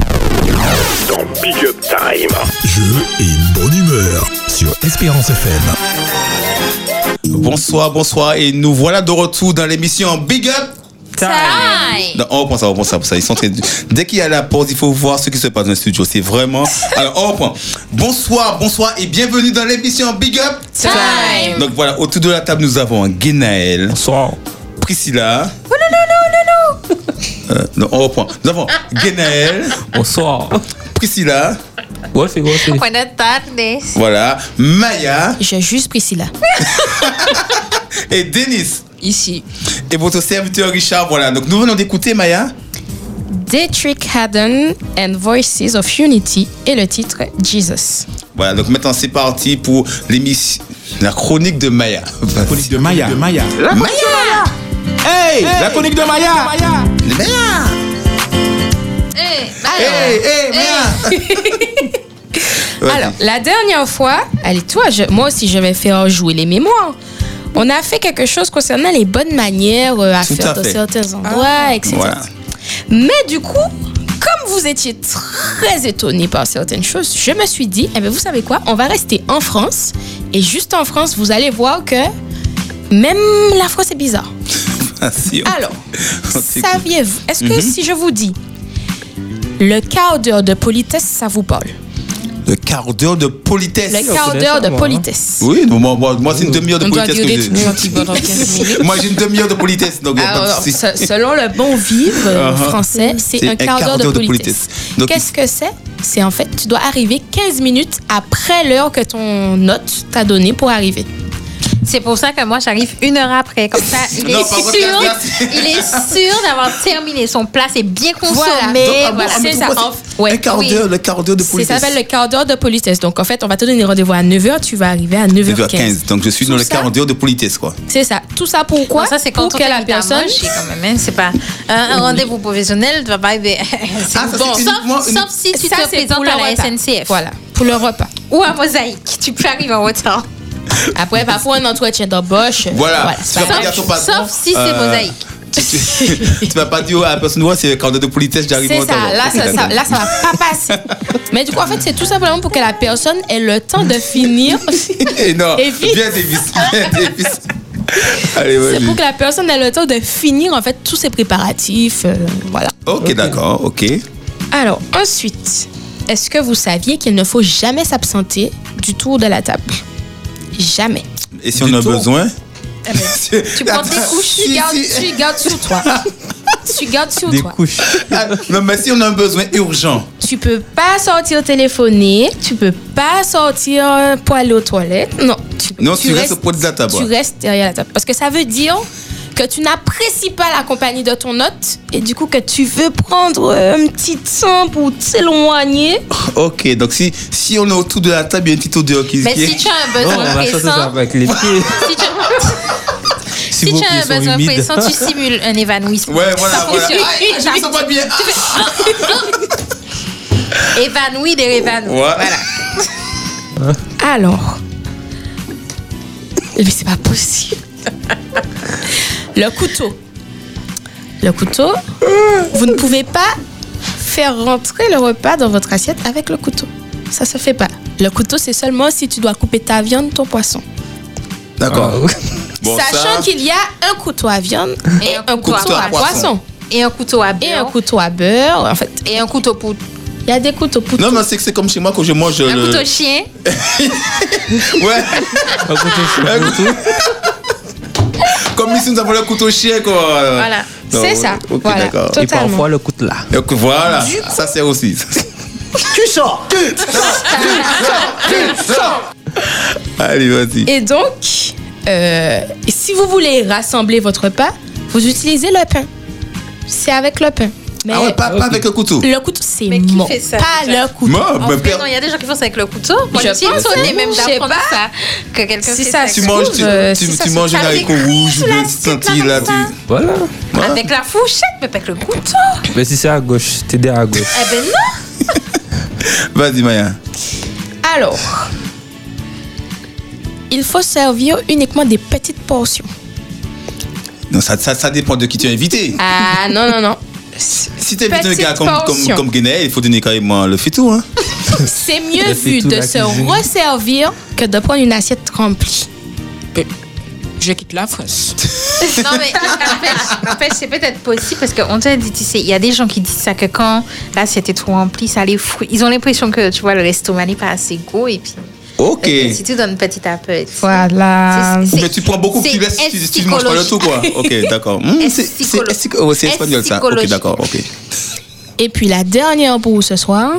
Dans Big Up Time. Jeu et bonne humeur sur Espérance FM. Bonsoir, bonsoir, et nous voilà de retour dans l'émission Big Up Non, on reprend ça, on reprend ça, on reprend ça. Ils sont en train de- Dès qu'il y a la pause, il faut voir ce qui se passe dans le studio. C'est vraiment. Alors, on reprend. Bonsoir, bonsoir et bienvenue dans l'émission Big Up Time. Donc voilà, autour de la table, nous avons Guénaël. Bonsoir. Priscilla. Oh Euh, non, on reprend. Nous avons Guénaël. Bonsoir. Priscilla. Wolf et Wolf. Buenas tardes. Voilà. Maya J'ai juste Priscilla. et Denis. Ici. Et votre serviteur Richard, voilà. Donc nous venons d'écouter Maya. Dietrich Haddon and Voices of Unity et le titre Jesus. Voilà, donc maintenant c'est parti pour l'émission. La chronique de Maya. La chronique de Maya. De Maya. Hey, La chronique de Maya. Maya. Hey, Eh, Hey, hey, Alors, la dernière fois, allez, toi, je- moi aussi, je vais faire jouer les mémoires. On a fait quelque chose concernant les bonnes manières euh, à Tout faire à dans fait. certains endroits, etc. Voilà. Mais du coup, comme vous étiez très étonné par certaines choses, je me suis dit, eh ben, vous savez quoi, on va rester en France. Et juste en France, vous allez voir que même la France est bizarre. Alors, Saviez-vous, est-ce que Mhm. si je vous dis le quart d'heure de politesse, ça vous parle Le quart d'heure de politesse. Le quart d'heure de politesse. Oui, non, moi, moi, moi, c'est une demi-heure de hein. On doit politesse durer que j'ai. toujours un petit peu dans 15 minutes. moi j'ai une demi-heure de politesse, donc il n'y a pas de Alors, souci. se- selon le bon vivre euh, Uh-huh. français, c'est un quart d'heure de politesse. Donc, Qu'est-ce que c'est C'est en fait, tu dois arriver 15 minutes après l'heure que ton note t'a donnée pour arriver. C'est pour ça que moi, j'arrive une heure après. Comme ça, il Non, est par contre, sûr, là, il est sûr d'avoir terminé. Son plat est bien consommé. Voilà. Donc, ah bon, ah, mais C'est ça. pourquoi c'est- ouais, un quart oui. d'heure, le quart d'heure de C'est- Ça politesse. s'appelle le quart d'heure de politesse. Donc, en fait, on va te donner rendez-vous à 9h, tu vas arriver à 9h15. 9h15, donc je suis dans le quart d'heure de politesse, quoi. C'est ça. Tout ça pourquoi ça, c'est quand Pour on que la t'invite à personne- manger, quand même, hein. C'est pas un, un rendez-vous professionnel. Tu vas pas. c'est Ah, bon. sauf, sauf si tu Ça, te c'est présentes pour le à la repas. SNCF. Voilà, pour le repas. Ou à Mosaïque. Tu peux arriver en retard. Après, pas pour un entretien d'embauche. Voilà. c'est Tu vas pas pas dire à ton grave. Ah, patron, Sauf si c'est euh, mosaïque. tu vas pas dire à la personne, ouais, c'est le quart d'heure de politesse, j'arrive en C'est ça. retard. Là, ça, ça- là, ça va pas passer. Mais du coup, en fait, c'est tout simplement pour que la personne ait le temps de finir. Et Eh non, Et vite. bien Davis, bien Davis. Allez, C'est vas-y. pour que la personne ait le temps de finir, en fait, tous ses préparatifs. euh, voilà. Ok, d'accord, ok. Alors, ensuite, est-ce que vous saviez qu'il ne faut jamais s'absenter du tour de la table Jamais. Et si on a besoin Eh ben, Tu Ah, prends tes couches, tu gardes, tu gardes sur toi. tu gardes sur Des toi. couches. Ah, non, mais si on a un besoin urgent. Tu peux pas sortir téléphoner, tu peux pas sortir euh, pour aller aux toilettes. Non, tu, Non, tu restes au poids de la table. Tu restes derrière la table. Parce que ça veut dire que tu n'apprécies pas la compagnie de ton hôte et du coup que tu veux prendre euh, un petit temps pour t'éloigner. Ok, donc si, si on est autour de la table, il y a une petite odeur qui Mais qui- si tu as un besoin Oh, on va pressant- chasser ça avec les pieds. Si tu, Si si vos tu pieds as un sont besoin humides. pressant, tu simules un évanouissement. Ouais, voilà, Ça voilà. fonctionne. Ah, je me sens pas bien. Tu fais- Évanoui des évanoui. Voilà. Alors. Mais c'est pas possible. Le couteau. Le couteau. Vous ne pouvez pas faire rentrer le repas dans votre assiette avec le couteau. Ça se fait pas. Le couteau, c'est seulement si tu dois couper ta viande, ton poisson. Ah, D'accord. Bon, Sachant ça- qu'il y a un couteau à viande et un couteau, à, poisson. Et un couteau à beurre. Et un couteau à beurre, en fait. Et un couteau pour. Il y a des couteaux pour. Non, non, c'est que c'est comme chez moi quand je mange. Un Euh, le... couteau chien. Ouais. Un couteau. Comme ici, nous avons le couteau chien, quoi. Voilà. Non, C'est ça. ok, Voilà. d'accord. Totalement. Et parfois, le couteau là. voilà. Du Ça sert aussi. Tu sors, tu sors, tu sors, tu sors. Allez, vas-y. Et donc, euh, si vous voulez rassembler votre pain, vous utilisez le pain. C'est avec le pain. Ah ouais, pas- pas Ok. avec le couteau. ben, Le couteau, c'est mort. fait ça, pas déjà le couteau. Mort, En fait, non, il y a des gens qui font ça avec le couteau. Moi, Je je suis pense, étonnée hein. même Je sais d'apprendre pas. ça. Que quelqu'un Si fait ça ça. se Tu manges, tu, euh, tu, tu manges un haricot rouge, sous la bleu, senti là. Tu... Voilà. Avec la fourchette, mais pas avec le couteau. Mais si c'est à gauche, t'aider à gauche. Eh ben non. Vas-y, Maya. Alors, il faut servir uniquement des petites portions. Non, ça, ça, ça dépend de qui tu as invité. Ah non, non, non. Si t'invites un Petite gars comme, comme, portion. comme Guinée, il faut donner carrément le fitou. Hein. C'est mieux Elle fait vu tout de la se cuisine. resservir que de prendre une assiette remplie. Je quitte la France. Non, mais en fait, en fait, c'est peut-être possible parce qu'on t'a dit, tu sais, il y a des gens qui disent ça que quand là c'était trop rempli, ça les fout. Ils ont l'impression que tu vois, l'estomac n'est pas assez gros et puis. Ok. euh, Si tu donnes petit à petit. Voilà. C'est- Mais tu prends beaucoup, c'est tu laisses, tu, tu ne manges pas le tout, quoi. Ok, d'accord. Hmm, c'est- c'est estic- oh, c'est espagnol, ça. Ok, Esticologie. d'accord, ok. Et puis la dernière pour ce soir,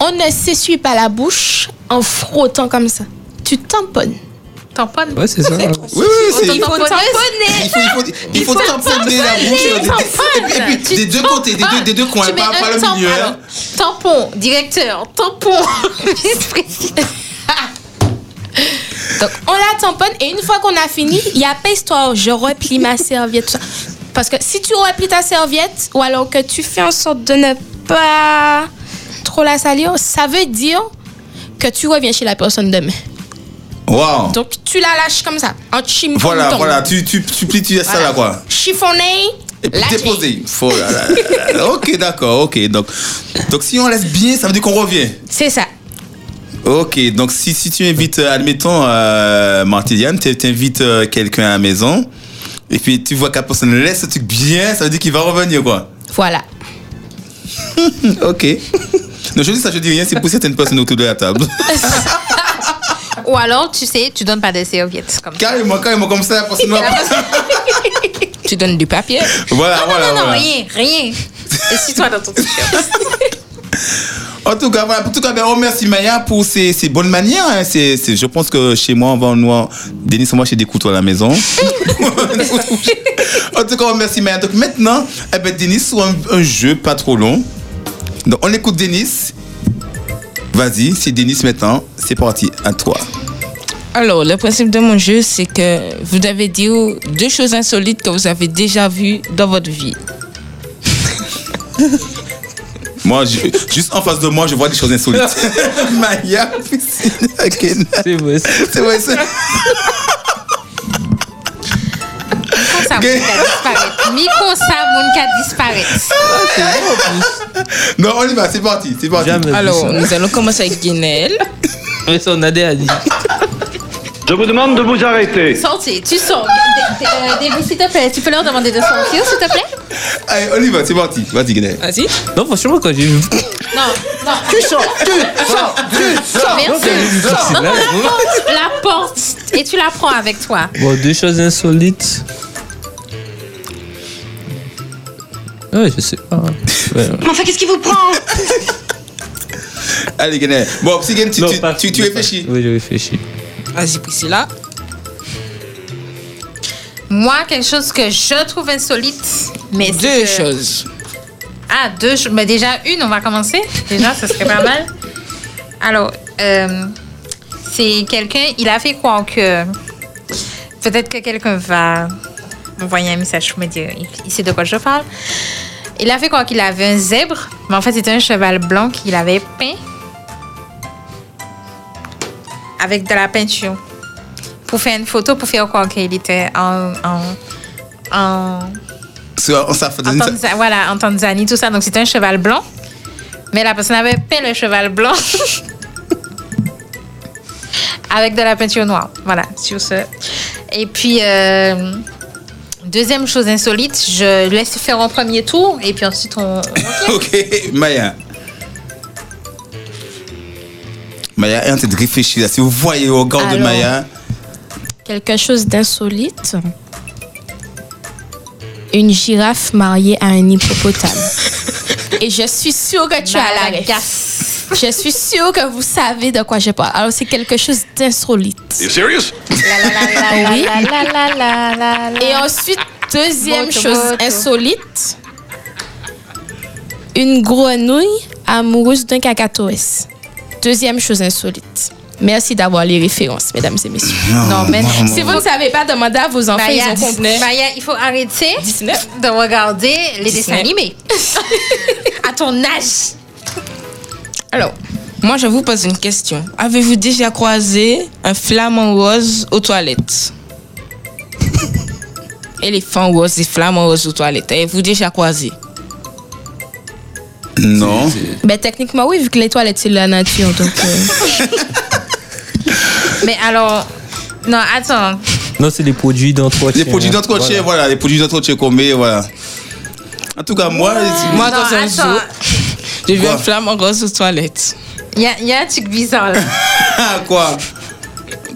on ne s'essuie pas la bouche en frottant comme ça. Tu tamponnes. Tamponnes Ouais, c'est ça. Oui, oui, c'est- Il faut Auto-tamponneuse. tamponner. Il faut, il faut, il faut tamponner la bouche. euh, tamponner. et puis- Et puis, des deux côtés, des deux, des deux coins, Tu mets pas, un pas le tampon. milieu. Alors, hein. Tampon, directeur, tampon, vice-président. Donc on la tamponne et une fois qu'on a fini, il n'y a pas histoire, je replie ma serviette. tout ça. Parce que si tu replies ta serviette ou alors que tu fais en sorte de ne pas trop la salir, ça veut dire que tu reviens chez la personne demain. Wow. Donc tu la lâches comme ça, en chim Voilà, voilà, tu, tu, tu plies, tu laisses ça là, quoi. Chiffonné, Et puis lâché. déposer. Faut- là, là, là, là. ok, d'accord, ok. Donc, donc si on laisse bien, ça veut dire qu'on revient. C'est ça. Ok, donc si, si tu invites, euh, admettons, euh, Martiliane, tu invites euh, quelqu'un à la maison, et puis tu vois que la personne laisse ce truc bien, ça veut dire qu'il va revenir, quoi. Voilà. ok. Non, je dis ça, je dis rien, c'est pour certaines personnes autour de la table. Ou alors, tu sais, tu donnes pas de serviettes comme ça. carrément, carrément, comme ça, la personne va- Tu donnes du papier. Voilà, Ah Non, Ah, voilà, non, non, voilà. rien, rien. Essuie-toi dans ton t-shirt. En tout cas, voilà. En tout cas, ben, on remercie Maya pour ses, ses bonnes manières. hein. C'est- c'est- je pense que chez moi, on va en noir. Denis, moi, j'ai des couteaux à la maison. en tout cas, on remercie Maya. Donc maintenant, eh ben, Denis, ou un, un jeu pas trop long. Donc, on écoute Denis. Vas-y, c'est Denis maintenant. C'est parti, à toi. Alors, le principe de mon jeu, c'est que vous devez dire deux choses insolites que vous avez déjà vues dans votre vie. Moi, je- juste en face de moi, je vois des choses insolites. Maya, piscine, again. C'est vrai. ça. C'est vrai, ça. Micro ça, Gay. moun ka disparaître. Micro ça, moun ka disparaître. Non, on y va, c'est parti, c'est parti. Jamais vu Alors, ça. nous allons commencer avec Guinelle. Mais ça, on a déjà dit. Je vous demande de vous arrêter. Sortez, tu sors. Dé- dé- euh, David, s'il te plaît, tu peux leur demander de sortir, s'il te plaît Allez, on y va, c'est parti. Vas-y, Guinée. Vas-y. Non, franchement, quand j'ai vu. Non, non. Tu sors, tu sors, tu sors. Merci. C'est là, bon. La porte, et tu la prends avec toi. Bon, deux choses insolites. Ah Ouais, je sais pas. Ouais, ouais. Mais enfin, qu'est-ce qui vous prend Allez, Guinée. Bon, si Guinée, tu, Non, tu, pas- tu, tu pas- réfléchis. Oui, je réfléchis. Vas-y, Priscilla. Moi, quelque chose que je trouve insolite, mais c'est Deux que- choses. Ah, deux choses. Mais déjà, une, on va commencer. Déjà, ça serait pas mal. Alors, euh, c'est quelqu'un, il a fait croire que peut-être que quelqu'un va m'envoyer un message pour me dire, il- il sait de quoi je parle. Il a fait croire qu'il avait un zèbre, mais en fait, c'était un cheval blanc qu'il avait peint avec de la peinture pour faire une photo, pour faire croire qu'il était en- en- en Parce qu'on- ça fait- en Tanzanie, voilà, en Tanzanie, tout ça. Donc, c'était un cheval blanc. Mais la personne avait peint le cheval blanc avec de la peinture noire. Voilà, sur ce. Et puis, euh, deuxième chose insolite, je laisse faire en premier tour et puis ensuite on. Ok, Maya. Maya est en train de réfléchir. là. Si vous voyez le regard de Alors. Maya, Quelque chose d'insolite. Une girafe mariée à un hippopotame. Et je suis sûre que tu as la réponse. Malagas. Je suis sûre que vous savez de quoi je parle. Alors, c'est quelque chose d'insolite. You serious? Oui. La, la, la, la, la. Et ensuite, deuxième Moto, chose moto. insolite. Une grenouille amoureuse d'un cacatoès. Deuxième chose insolite. Merci d'avoir les références, mesdames et messieurs. Non, mais. Si vous ne savez pas, demandez à vos enfants, Maya, ils ont compris. Maya, il faut arrêter 19. de regarder les dessins Disney. animés. à ton âge. Alors, moi, je vous pose une question. Avez-vous déjà croisé un flamant rose aux toilettes éléphant rose et flamant rose ou toilette. Avez-vous déjà croisé Non. Ben, techniquement, oui, vu que les toilettes, c'est la nature. Donc, euh, Mais alors, non, attends. Non, c'est les produits d'entretien. Les produits d'entretien, voilà. les produits d'entretien qu'on met, voilà. En tout cas, moi, Moi, dans un attends. zoo, j'ai vu Quoi un flamant rose aux toilettes. Il y a, il y a un truc bizarre là. Ah, quoi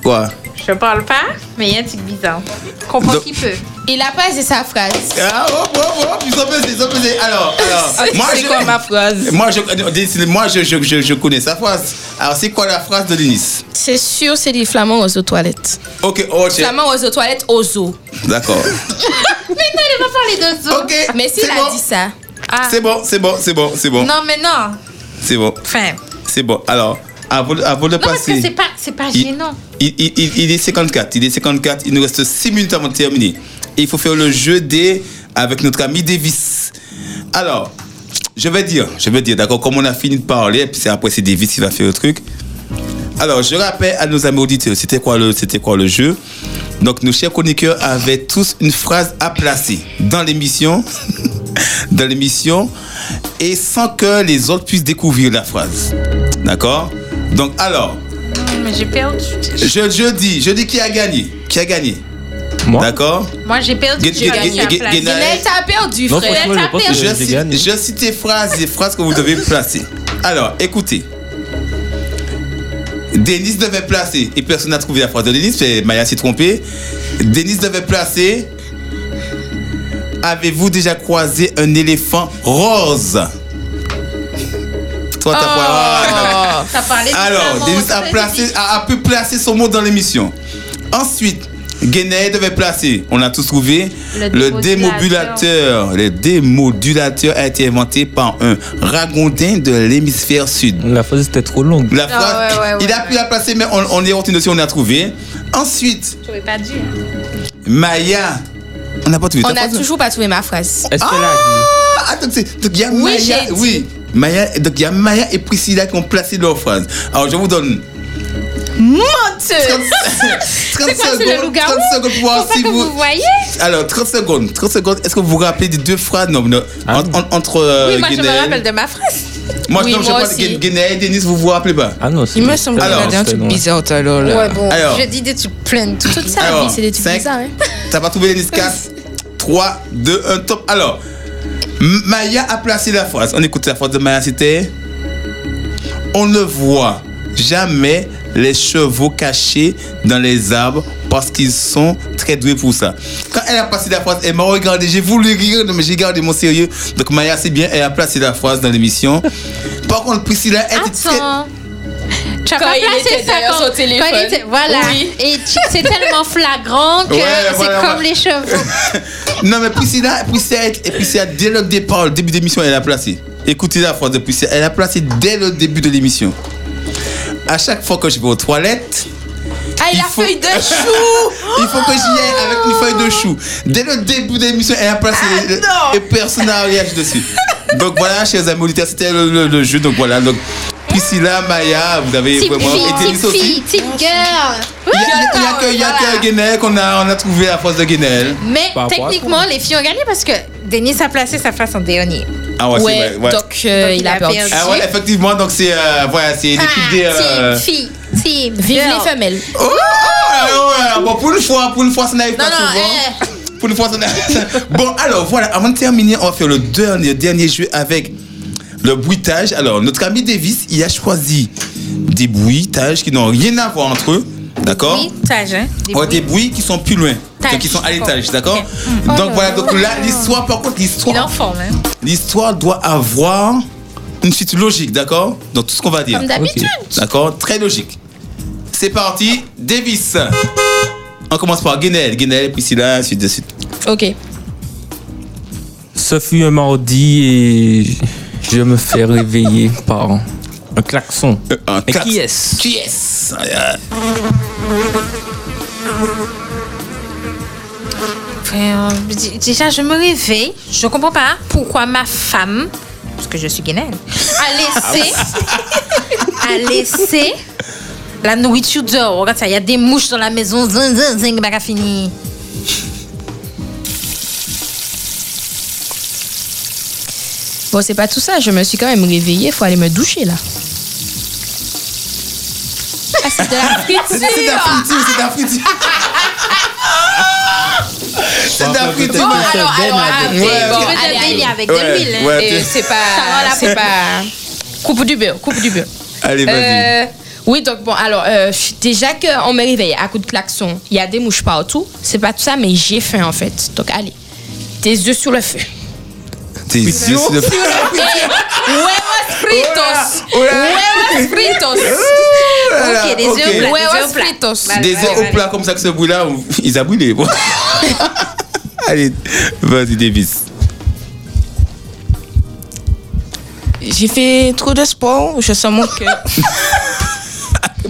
Quoi Je parle pas, mais il y a un truc bizarre. Comprends Donc- qui peut. Il a pas assez sa phrase. Ah, hop, hop, hop, ils ont pesé, ils ont pesé. Alors, alors, Ah, c'est quoi ma phrase Moi, je, euh, moi je, je, je, je connais sa phrase. Alors, c'est quoi la phrase de Denis C'est sûr, c'est des flamands roses aux toilettes. Ok, ok. Flamands roses aux toilettes aux zoo. D'accord. mais non, il va parler de zoo. Ok, Mais s'il a dit ça, Ah. C'est bon, c'est bon, c'est bon, c'est bon. Non, mais non. C'est bon, Enfin, non, c'est bon. Alors, avant, de- avant de parce que passer. c'est pas, c'est pas Il- gênant. Il, il, il, il est 54, il est 54, il nous reste 6 minutes avant de terminer. Et il faut faire le jeu des avec notre ami Davis. Alors, je vais dire, je vais dire, d'accord, comme on a fini de parler, puis c'est après c'est Davis qui va faire le truc. Alors, je rappelle à nos amis auditeurs, c'était quoi le, c'était quoi le jeu Donc, nos chers chroniqueurs avaient tous une phrase à placer dans l'émission, dans l'émission, et sans que les autres puissent découvrir la phrase. D'accord Donc, alors, Mais j'ai perdu. je, je dis, je dis qui a gagné. Qui a gagné D'accord Moi, j'ai perdu. Gu- J'ai gu- perdu gu- la gu- place. Guénaël. Guénaël, t'as perdu, Euh, Non, frère. franchement, Guénaël, t'as perdu. je, cite, je cite les phrases, les phrases que vous devez placer. Alors, écoutez. Denis devait placer, et personne n'a trouvé la phrase de Denis, mais Maya s'est trompée. Denis devait placer. Avez-vous déjà croisé un éléphant rose Toi, t'as pas- T'as parlé de alors, flamand Denis a, rose, placé- a- a pu placer son mot dans l'émission. Ensuite, Guénaël devait placer, on a tous trouvé, Le le démodulateur. Le démodulateur a été inventé par un ragondin de l'hémisphère sud. La phrase était trop longue. La Ah, phrase- ouais, ouais, il ouais, a pu la placer, mais on, on est retenu dessus, on a trouvé. Ensuite, J'aurais pas dû. Maya. On n'a pas trouvé. on ta n'a phrase. toujours pas trouvé ma phrase. Est-ce qu'elle a Ah, donc c'est- donc il y a Oui, Maya. j'ai dit. Oui. Maya, donc il y a Maya et Priscilla qui ont placé leur phrase. Alors je vous donne Menteuse. 30, 30 C'est quoi, c'est le secondes, loup-garou 30 secondes pour voir Faut pas si que vous... vous voyez. Alors, 30 secondes, 30 secondes. Est-ce que vous vous rappelez des deux phrases non, non, en- en- entre euh, Oui, moi, je me Guénel- rappelle de ma phrase. Moi, Oui, non, je moi parle de aussi. Gué- Guénel et Denis, vous vous rappelez pas Ah non, c'est- Il me semble qu'il y Alors, avait un c'est truc loin. bizarre tout à l'heure. là. Ouais, bon. Alors. Je dis des trucs pleins de trucs. Toute sa Alors, vie, c'est des trucs cinq. bizarres. hein. T'as pas trouvé Denis 4 3, 2, 1, top. Alors, M- Maya a placé la phrase. On écoute la phrase de Maya, c'était... On ne voit jamais les chevaux cachés dans les arbres parce qu'ils sont très doués pour ça. Quand elle a placé la phrase, elle m'a regardé, j'ai voulu rire, mais j'ai gardé mon sérieux. Donc Maya, c'est bien, elle a placé la phrase dans l'émission. Par contre, Priscilla, elle était très- Attends. Tu as Quand pas il placé était ça derrière quand- son téléphone. quand il était- voilà. Oui. Et tu- c'est tellement flagrant que Ouais, c'est voilà, comme voilà. les chevaux. Non, mais Priscilla, Priscilla, et Priscilla, dès le départ, le début de l'émission, elle a placé. Écoutez la phrase de Priscilla. Elle a placé dès le début de l'émission. À chaque fois que je vais aux toilettes, Ah, il Il a faut- feuille de chou. il faut que j'y aille avec une feuille de chou. Dès le début de l'émission, elle a placé Ah, les- et personne n'a réagi dessus. Donc voilà, chers amis auditeurs, c'était le, le- le jeu. Donc voilà, donc Priscilla, Maya, vous avez Type vraiment fille, été type fille, type girl. Il y a, il y a que, il y a que Guénel qu'on a, on a trouvé la phrase de Guénel. Mais Par rapport à hein. techniquement, les filles ont gagné parce que Denis a placé sa face en dernier. Ah ouais, c'est vrai. ouais. donc euh, il a perdu. Ah ouais, effectivement, donc c'est euh, voilà, c'est Ah, l'équipe des. euh, Team fille, team Vive girl. les femelles. Oh, ah ouais, bon, pour une fois, pour une fois, ça n'arrive pas souvent. eh. Pour une fois, ça n'arrive Bon, alors voilà, avant de terminer, on va faire le dernier, dernier jeu avec le bruitage. Alors, notre ami Davis, il a choisi des bruitages qui n'ont rien à voir entre eux. D'accord Oui, t'as, hein. Ouais, Des bruits. des bruits qui sont plus loin. Tâches. Donc, qui sont à l'étage, d'accord Ok. Hmm. Oh Donc voilà, donc là, l'histoire, par contre, Il est en l'histoire, forme, hein. l'histoire doit avoir une suite logique, d'accord Dans tout ce qu'on va dire. Comme d'habitude. D'accord Très logique. C'est parti, Davis. On commence par Guinel, Guinel, Priscilla, ainsi de suite. Ok. Ce fut un mardi et je me fais réveiller par un klaxon. Euh, un Mais clap. qui est-ce Qui est-ce Euh, Enfin, d- euh, Déjà, je me réveille. Je comprends pas pourquoi ma femme, parce que je suis guinéenne, a laissé, Ah a laissé la nourriture dehors. Regarde ça, il y a des mouches dans la maison. Zin, zin, zin, baga fini. Bon, c'est pas tout ça. Je me suis quand même réveillée. Faut aller me doucher là. Ah, c'est de la friture. C'est de la friture, c'est de la friture. C'est de la friture. Bon, alors, alors, Ouais, arrêtez. ouais. Bon, allez, allez, avec Ouais, de l'huile. hein. ouais, Et tu- c'est pas. C'est pas. Coupe du beurre, coupe du beurre. Allez, vas-y. Euh, oui, donc bon, alors, euh, je- déjà qu'on me réveille à coup de klaxon, il y a des mouches partout. C'est pas tout ça, mais j'ai faim en fait. Donc, allez, tes yeux sur le feu. Tes yeux sur le- Huevos fritos. Oh là là. Huevos fritos. Oh là là, Ok, des ok. yeux Des Huevos fritos. Des œufs au plat comme ça que ce bruit-là, ils a brûlé. bon. Allez, vas-y, Davis. J'ai fait trop de sport, je sens mon cœur.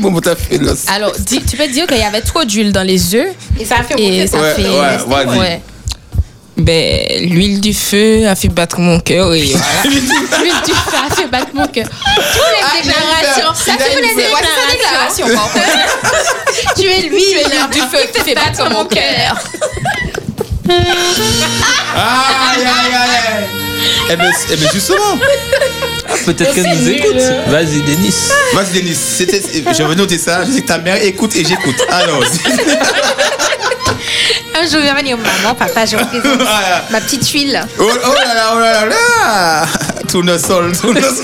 Bon, t'as fait le. Alors, dis- tu peux dire qu'il y avait trop d'huile dans les œufs. Et ça a fait monter ça ton fait- cœur. Ouais, ouais, vas-y. ouais. Ben, l'huile du feu a fait battre mon cœur et Ah. voilà. L'huile du feu a fait battre mon cœur. Toutes les déclarations. Il Ça, a c'est une les peur. déclarations. par contre. Tu es l'huile du feu qui fait battre mon cœur. Aïe, aïe, aïe. Eh ben, eh ben, justement. Peut-être qu'elle nous écoute. Vas-y, Denis. Vas-y, Denis. c'était- Je vais noter ça. Je sais que ta mère écoute et j'écoute. Alors, Un jour, je vais venir maman, papa, je représente Ah, Voilà. ma petite huile. Oh, oh là là, oh là là là Tournesol, tournesol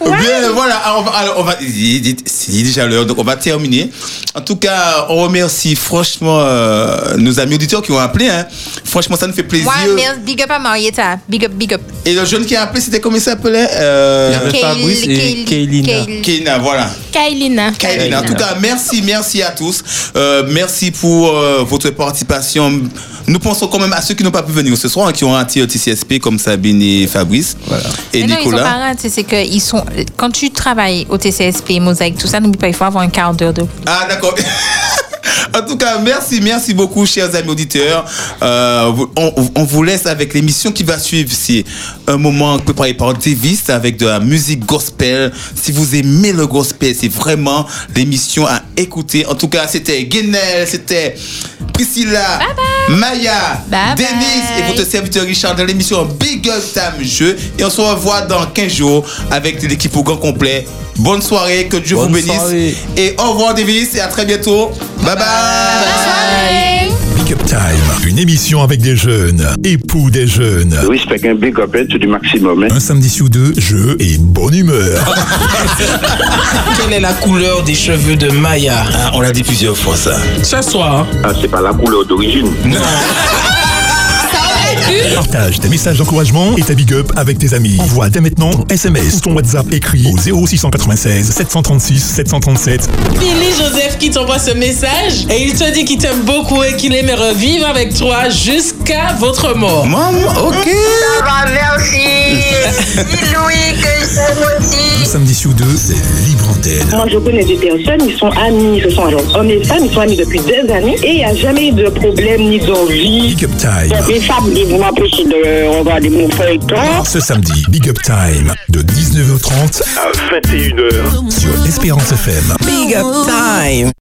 Bien, voilà, alors, on va- alors, on va, il est dit- c'est déjà l'heure, donc on va terminer. En tout cas, on remercie franchement euh, nos amis auditeurs qui ont appelé. hein. Franchement, ça nous fait plaisir. Moi, mais big up à Marietta. Big up, big up. Et le jeune qui a appelé, c'était comment il s'appelait euh, Il y avait Kay- Fabrice et Kay- Kaylina. Kay- Kaylina, voilà. Kailina. Kaylina. Eh, En tout cas, merci, merci à tous. Euh, merci pour euh, votre participation. Nous pensons quand même à ceux qui n'ont pas pu venir ce soir, hein, qui ont raté le TCSP comme Sabine et Fabrice et Mais non, ils ont pas Nicolas. raté, c'est que ils sont. Quand tu travailles au TCSP, mosaïque, tout ça, n'oublie pas, il faut avoir un quart d'heure de. Ah d'accord. En tout cas, merci, merci beaucoup, chers amis auditeurs. Euh, vous- on, on vous laisse avec l'émission qui va suivre. C'est un moment préparé par Davis avec de la musique gospel. Si vous aimez le gospel, c'est vraiment l'émission à écouter. En tout cas, c'était Guenel, c'était Priscilla, Maya, Bye Denise et votre serviteur Richard dans l'émission Big Up Time Jeu. Et on se revoit dans 15 jours avec l'équipe au grand complet. Bonne soirée, que Dieu Bonne vous bénisse. soirée. Et au revoir Davis et à très bientôt. Bye bye. Big Up Time, une émission avec des jeunes, époux des jeunes. Oui, c'est un big up, hein, tout du maximum. Un samedi sous deux, jeu et bonne humeur. Quelle est la couleur des cheveux de Maya Ah, On l'a dit plusieurs fois ça. Ce soir. hein. Ah, c'est pas la couleur d'origine. Partage tes messages d'encouragement et ta big up avec tes amis. Envoie dès maintenant ton SMS ou ton WhatsApp écrit au 0696 736 737. Billy Joseph qui t'envoie ce message et il te dit qu'il t'aime beaucoup et qu'il aimerait vivre avec toi jusqu'à votre mort. Maman, ok. Ça va, merci. Louis, que je t'aime aussi. Un samedi sous deux, c'est libre antenne. Moi, je connais des personnes, ils sont amis, ce sont alors hommes et femmes, ils sont amis depuis des années et il n'y a jamais eu de problème ni d'envie. Big Up Time. Les femmes disent, vous m'empêchez de regarder mon feuilleton. Ce samedi, Big Up Time, de 19h30 à 21h sur Espérance FM. Big up time.